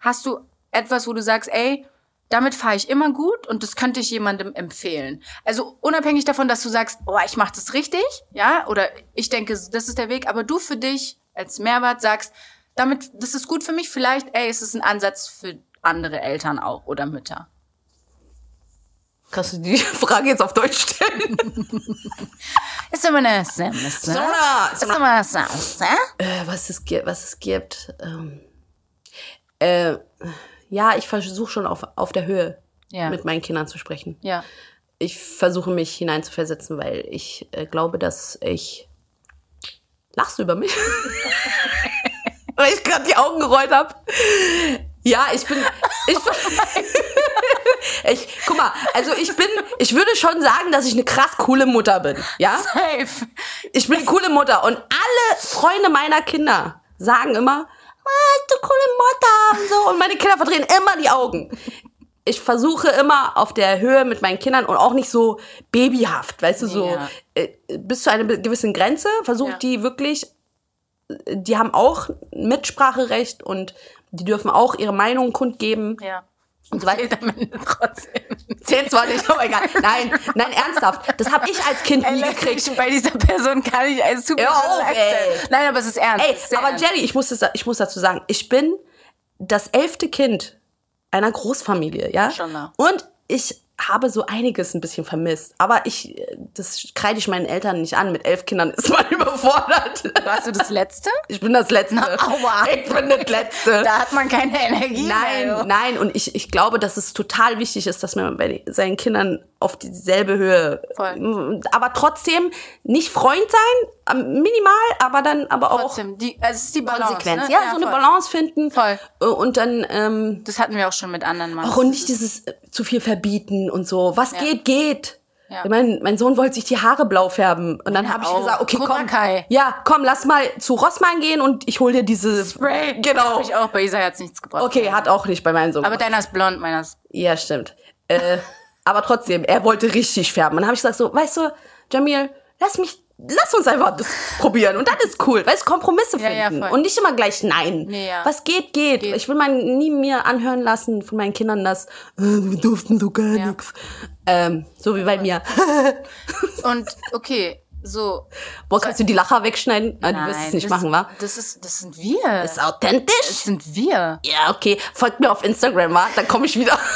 Speaker 1: hast du etwas, wo du sagst, ey, damit fahre ich immer gut und das könnte ich jemandem empfehlen. Also unabhängig davon, dass du sagst, oh, ich mache das richtig, ja, oder ich denke, das ist der Weg, aber du für dich als Mehrwert sagst, damit, das ist gut für mich. Vielleicht, ey, es ist ein Ansatz für andere Eltern auch oder Mütter.
Speaker 2: Kannst du die Frage jetzt auf Deutsch stellen?
Speaker 1: Ist immer eine Samus, ne?
Speaker 2: Sona,
Speaker 1: Ist immer eine Samus, ne?
Speaker 2: Äh, was, es, gi- was es gibt. Ähm, äh, ja, ich versuche schon auf, auf der Höhe
Speaker 1: Ja.
Speaker 2: mit meinen Kindern zu sprechen.
Speaker 1: Ja.
Speaker 2: ich versuche mich hineinzuversetzen, weil ich äh, glaube, dass ich. Lachst du über mich? weil ich gerade die Augen gerollt habe. Ja, ich bin. Ich, ich, guck mal, also ich bin, ich würde schon sagen, dass ich eine krass coole Mutter bin. Ja?
Speaker 1: Safe.
Speaker 2: Ich bin eine coole Mutter und alle Freunde meiner Kinder sagen immer, ah, du coole Mutter und so. Und meine Kinder verdrehen immer die Augen. Ich versuche immer auf der Höhe mit meinen Kindern und auch nicht so babyhaft, weißt du, so
Speaker 1: Ja.
Speaker 2: äh, bis zu einer be- gewissen Grenze. Versuche
Speaker 1: Ja.
Speaker 2: die wirklich, äh, die haben auch Mitspracherecht und die dürfen auch ihre Meinung kundgeben.
Speaker 1: Ja.
Speaker 2: Und so weiter.
Speaker 1: Zählt am Ende trotzdem.
Speaker 2: Zählt zwar nicht, oh egal. Nein, nein, ernsthaft. Das habe ich als Kind nie gekriegt.
Speaker 1: Bei dieser Person kann ich als super
Speaker 2: Hör auf, ey.
Speaker 1: Nein, aber es ist ernst.
Speaker 2: Ey,
Speaker 1: Es ist sehr
Speaker 2: aber
Speaker 1: ernst.
Speaker 2: Jerry, ich muss, das, ich muss dazu sagen, ich bin das elfte Kind einer Großfamilie, ja?
Speaker 1: Schon mal.
Speaker 2: Und ich habe so einiges ein bisschen vermisst. Aber ich, das kreide ich meinen Eltern nicht an. Mit elf Kindern ist man überfordert.
Speaker 1: warst du das Letzte?
Speaker 2: Ich bin das Letzte.
Speaker 1: aua.
Speaker 2: Ich bin das Letzte.
Speaker 1: Da hat man keine Energie.
Speaker 2: Nein,
Speaker 1: mehr.
Speaker 2: nein. Und ich, ich glaube, dass es total wichtig ist, dass man bei seinen Kindern auf dieselbe Höhe.
Speaker 1: Voll.
Speaker 2: Aber trotzdem nicht Freund sein, am- minimal, aber dann aber auch
Speaker 1: Trotzdem, die, also es ist die Balance.
Speaker 2: Konsequenz.
Speaker 1: ne?
Speaker 2: Ja, so eine
Speaker 1: voll.
Speaker 2: Balance finden.
Speaker 1: Voll.
Speaker 2: Äh, Und dann ähm,
Speaker 1: Das hatten wir auch schon mit anderen Mann.
Speaker 2: auch und nicht dieses äh, zu viel verbieten und so. Was geht, geht.
Speaker 1: Ja.
Speaker 2: Ich mein, mein Sohn wollte sich die Haare blau färben. Und dann
Speaker 1: Ja,
Speaker 2: habe ich
Speaker 1: auch.
Speaker 2: gesagt, okay,
Speaker 1: Cobra
Speaker 2: komm.
Speaker 1: Kai.
Speaker 2: Ja, komm, lass mal zu Rossmann gehen und ich hol dir diese
Speaker 1: Spray.
Speaker 2: Genau.
Speaker 1: Hab ich auch. Bei Isa hat's nichts gebracht.
Speaker 2: Okay, hat auch nicht bei meinem Sohn.
Speaker 1: Aber deiner ist blond, meiner ist.
Speaker 2: Ja, stimmt. Äh, aber trotzdem, er wollte richtig färben. Und dann habe ich gesagt so, weißt du, Jamil, lass mich, lass uns einfach das probieren. Und dann ist cool, weißt du, Kompromisse
Speaker 1: Ja, ja,
Speaker 2: finden.
Speaker 1: voll.
Speaker 2: und nicht immer gleich nein.
Speaker 1: Nee, ja.
Speaker 2: Was geht, geht,
Speaker 1: Geht.
Speaker 2: Ich will mal nie mir anhören lassen von meinen Kindern, dass äh, wir durften so gar
Speaker 1: Ja.
Speaker 2: nichts. Ähm, so wie bei mir.
Speaker 1: Und okay, so.
Speaker 2: Boah, kannst du die Lacher wegschneiden? Ah, du wirst
Speaker 1: Nein,
Speaker 2: es nicht
Speaker 1: das,
Speaker 2: machen, wa?
Speaker 1: Das ist, das sind wir.
Speaker 2: Ist authentisch?
Speaker 1: das sind wir.
Speaker 2: Ja, okay. Folgt mir auf Instagram, wa? Dann komme ich wieder.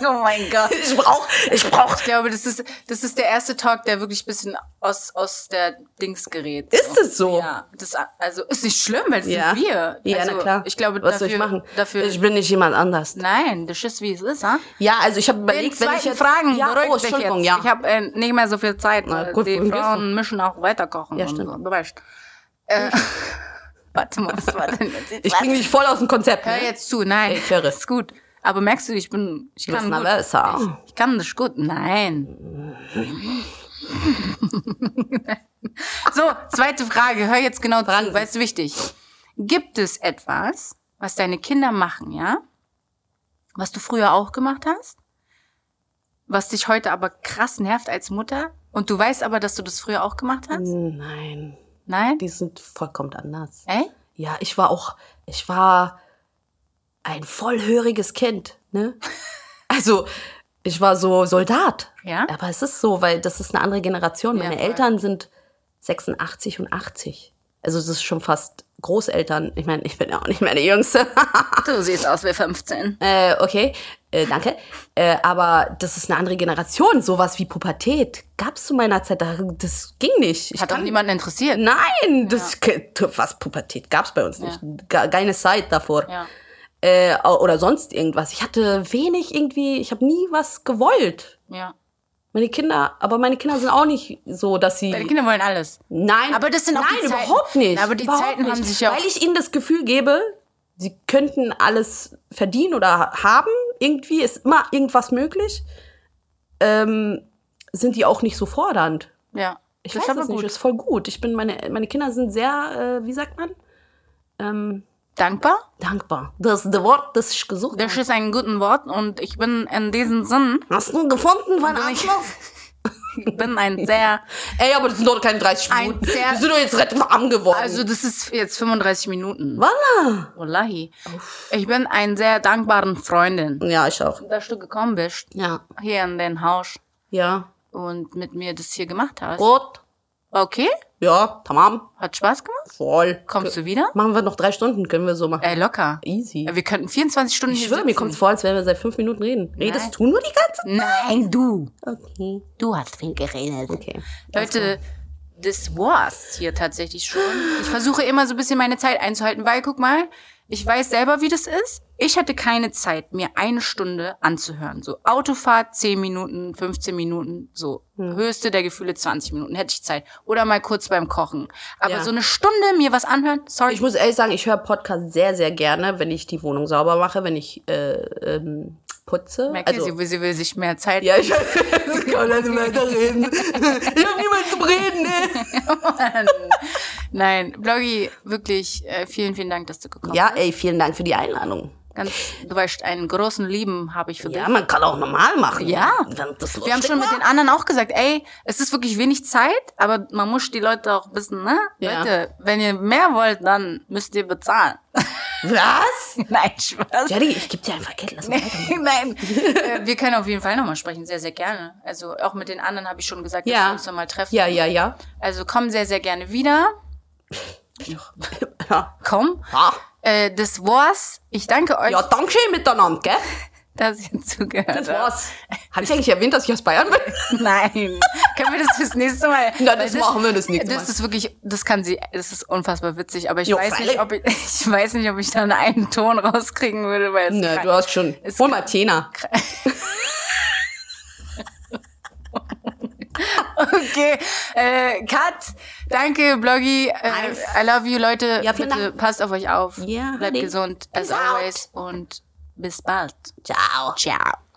Speaker 1: Oh mein Gott.
Speaker 2: Ich brauch, ich brauch
Speaker 1: Ich glaube, das ist, das ist der erste Talk, der wirklich ein bisschen aus, aus der Dings gerät.
Speaker 2: Ist es so?
Speaker 1: Ja. Das, also ist nicht schlimm, weil das sind wir.
Speaker 2: Ja,
Speaker 1: also,
Speaker 2: na klar.
Speaker 1: Ich glaube,
Speaker 2: was
Speaker 1: dafür,
Speaker 2: soll ich machen?
Speaker 1: dafür.
Speaker 2: ich bin nicht jemand anders.
Speaker 1: nein, das ist wie es ist, ha?
Speaker 2: Ja, also ich habe überlegt, wenn ich
Speaker 1: zweiten
Speaker 2: jetzt
Speaker 1: Fragen
Speaker 2: ja,
Speaker 1: beruhigt
Speaker 2: oh,
Speaker 1: sich
Speaker 2: Entschuldigung,
Speaker 1: jetzt.
Speaker 2: ja.
Speaker 1: Ich habe äh, nicht mehr so viel Zeit.
Speaker 2: Na
Speaker 1: äh,
Speaker 2: gut,
Speaker 1: die
Speaker 2: wohin gehst
Speaker 1: Frauen müssen auch weiterkochen.
Speaker 2: Ja,
Speaker 1: und
Speaker 2: stimmt.
Speaker 1: So. Du weißt. Äh, warte mal, was war denn jetzt?
Speaker 2: ich bringe dich voll aus dem Konzept.
Speaker 1: Hör
Speaker 2: ne?
Speaker 1: jetzt zu, nein.
Speaker 2: Ich höre.
Speaker 1: Ist gut. Aber merkst du, ich bin, ich
Speaker 2: Du bist
Speaker 1: kann gut.
Speaker 2: nervöser.
Speaker 1: Ich kann das gut. Nein. so, zweite Frage. Hör jetzt genau dran, weil es wichtig. Gibt es etwas, was deine Kinder machen, ja? Was du früher auch gemacht hast? Was dich heute aber krass nervt als Mutter? Und du weißt aber, dass du das früher auch gemacht hast?
Speaker 2: Nein,
Speaker 1: Nein?
Speaker 2: die sind vollkommen anders.
Speaker 1: Ey?
Speaker 2: Ja, ich war auch, ich war ein vollhöriges Kind, ne? Also, ich war so Soldat.
Speaker 1: Ja?
Speaker 2: Aber es ist so, weil das ist eine andere Generation.
Speaker 1: Ja,
Speaker 2: Meine
Speaker 1: voll.
Speaker 2: Eltern sind 86 und 80. Also, das ist schon fast Großeltern. Ich meine, ich bin ja auch nicht mehr die Jüngste.
Speaker 1: Du siehst aus wie 15.
Speaker 2: Äh, okay, äh, danke. Äh, aber das ist eine andere Generation. Sowas wie Pubertät gab's zu meiner Zeit. da- Das ging nicht. Ich
Speaker 1: Hat doch
Speaker 2: kann-
Speaker 1: niemanden interessiert.
Speaker 2: Nein, das ke- was Pubertät gab's bei uns nicht. Ga- Keine Zeit davor.
Speaker 1: Ja.
Speaker 2: Äh, au- oder sonst irgendwas. Ich hatte wenig irgendwie. Ich habe nie was gewollt.
Speaker 1: Ja.
Speaker 2: Meine Kinder, aber meine Kinder sind auch nicht so, dass sie.
Speaker 1: Deine Kinder wollen alles.
Speaker 2: Nein,
Speaker 1: Aber das sind auch
Speaker 2: nein,
Speaker 1: die Zeiten.
Speaker 2: überhaupt nicht.
Speaker 1: Aber die
Speaker 2: überhaupt
Speaker 1: Zeiten haben sich ja auch-
Speaker 2: Weil ich ihnen das Gefühl gebe, sie könnten alles verdienen oder haben, irgendwie ist immer irgendwas möglich, ähm, sind die auch nicht so fordernd.
Speaker 1: Ja.
Speaker 2: Ich weiß das nicht, das ist voll gut. Ich bin, meine, meine Kinder sind sehr, äh, wie sagt man, ähm,
Speaker 1: Dankbar.
Speaker 2: dankbar. Das ist das Wort, das ich gesucht
Speaker 1: Das
Speaker 2: habe.
Speaker 1: ist ein gutes Wort und ich bin in diesem Sinn,
Speaker 2: Hast du gefunden, wann
Speaker 1: Bin ich-
Speaker 2: Anschluss?
Speaker 1: ich bin ein sehr,
Speaker 2: Ey, aber das sind doch keine 30
Speaker 1: Ein
Speaker 2: Minuten.
Speaker 1: sehr-
Speaker 2: Wir sind doch jetzt recht warm geworden.
Speaker 1: also das ist jetzt 35 Minuten.
Speaker 2: Voila.
Speaker 1: Wallahi. Ich bin ein sehr dankbaren Freundin,
Speaker 2: Ja, ich auch.
Speaker 1: dass du gekommen bist,
Speaker 2: Ja.
Speaker 1: hier in den Haus
Speaker 2: Ja.
Speaker 1: und mit mir das hier gemacht hast.
Speaker 2: Rot.
Speaker 1: Okay?
Speaker 2: Ja, tamam.
Speaker 1: Hat Spaß gemacht?
Speaker 2: Voll.
Speaker 1: Kommst du wieder?
Speaker 2: Machen wir noch drei Stunden, können wir so machen.
Speaker 1: Äh, locker.
Speaker 2: Easy.
Speaker 1: Wir könnten 24 Stunden
Speaker 2: ich
Speaker 1: hier
Speaker 2: schwöre, mir
Speaker 1: sitzen.
Speaker 2: kommt vor, als wären wir seit fünf Minuten reden. Redest du nur die ganze
Speaker 1: Nein, du.
Speaker 2: Okay.
Speaker 1: Du hast viel geredet.
Speaker 2: Okay.
Speaker 1: Leute, das war's hier tatsächlich schon. Ich versuche immer so ein bisschen meine Zeit einzuhalten, weil guck mal, ich weiß selber, wie das ist. Ich hatte keine Zeit, mir eine Stunde anzuhören. So Autofahrt 10 Minuten, 15 Minuten, so
Speaker 2: Hm.
Speaker 1: höchste der Gefühle 20 Minuten hätte ich Zeit. Oder mal kurz beim Kochen. Aber
Speaker 2: Ja.
Speaker 1: so eine Stunde mir was anhören, sorry.
Speaker 2: Ich muss ehrlich sagen, ich höre Podcasts sehr, sehr gerne, wenn ich die Wohnung sauber mache, wenn ich äh, ähm, putze.
Speaker 1: merke,
Speaker 2: Also,
Speaker 1: sie, will, sie will sich mehr Zeit.
Speaker 2: ja, ich kann also weiterreden. ich habe niemanden zum Reden. Ne?
Speaker 1: Nein, Bloggy, wirklich äh, vielen, vielen Dank, dass du gekommen
Speaker 2: Ja, ey, vielen Dank für die Einladung.
Speaker 1: bist. Ganz, du weißt, einen großen Lieben habe ich für dich.
Speaker 2: Ja, man kann auch normal machen.
Speaker 1: Ja.
Speaker 2: Wenn das
Speaker 1: Wir haben
Speaker 2: lustig
Speaker 1: schon mit
Speaker 2: war.
Speaker 1: den anderen auch gesagt, ey, es ist wirklich wenig Zeit, aber man muss die Leute auch wissen, ne?
Speaker 2: Ja.
Speaker 1: Leute, wenn ihr mehr wollt, dann müsst ihr bezahlen.
Speaker 2: Was?
Speaker 1: Nein, Spaß.
Speaker 2: Jerry, ich gebe dir einfach Geld. Lass mich weitermachen.
Speaker 1: Nein, Äh, wir können auf jeden Fall nochmal sprechen, sehr, sehr gerne. Also auch mit den anderen habe ich schon gesagt, dass
Speaker 2: Ja.
Speaker 1: wir uns nochmal treffen.
Speaker 2: Ja, ja, ja.
Speaker 1: Also komm sehr, sehr gerne wieder.
Speaker 2: Ja,
Speaker 1: Komm.
Speaker 2: ja.
Speaker 1: Äh, das war's. Ich danke euch,
Speaker 2: ja danke schön miteinander, gell?
Speaker 1: dass ihr zugehört habt.
Speaker 2: Das war's. Habe ich eigentlich erwähnt, dass ich aus Bayern bin?
Speaker 1: Nein. Können wir das fürs nächste Mal?
Speaker 2: Na, das
Speaker 1: Weil
Speaker 2: machen wir das nächste
Speaker 1: Das
Speaker 2: Mal.
Speaker 1: ist wirklich, das kann sie, das ist unfassbar witzig, aber ich
Speaker 2: Jo,
Speaker 1: weiß nicht,
Speaker 2: freilich.
Speaker 1: ob ich, ich weiß nicht, ob ich dann einen Ton rauskriegen würde, weil es
Speaker 2: Ne,
Speaker 1: krank-
Speaker 2: du hast schon.
Speaker 1: Ist
Speaker 2: Hol mal Tena.
Speaker 1: Okay, äh, Cut. Danke, Bloggy. Äh,
Speaker 2: Nice.
Speaker 1: I love you, Leute.
Speaker 2: Ja, vielen
Speaker 1: Bitte
Speaker 2: Dank.
Speaker 1: passt auf euch auf.
Speaker 2: Ja,
Speaker 1: Bleibt
Speaker 2: honey.
Speaker 1: gesund, as
Speaker 2: Peace out.
Speaker 1: always, und bis bald.
Speaker 2: Ciao.
Speaker 1: Ciao.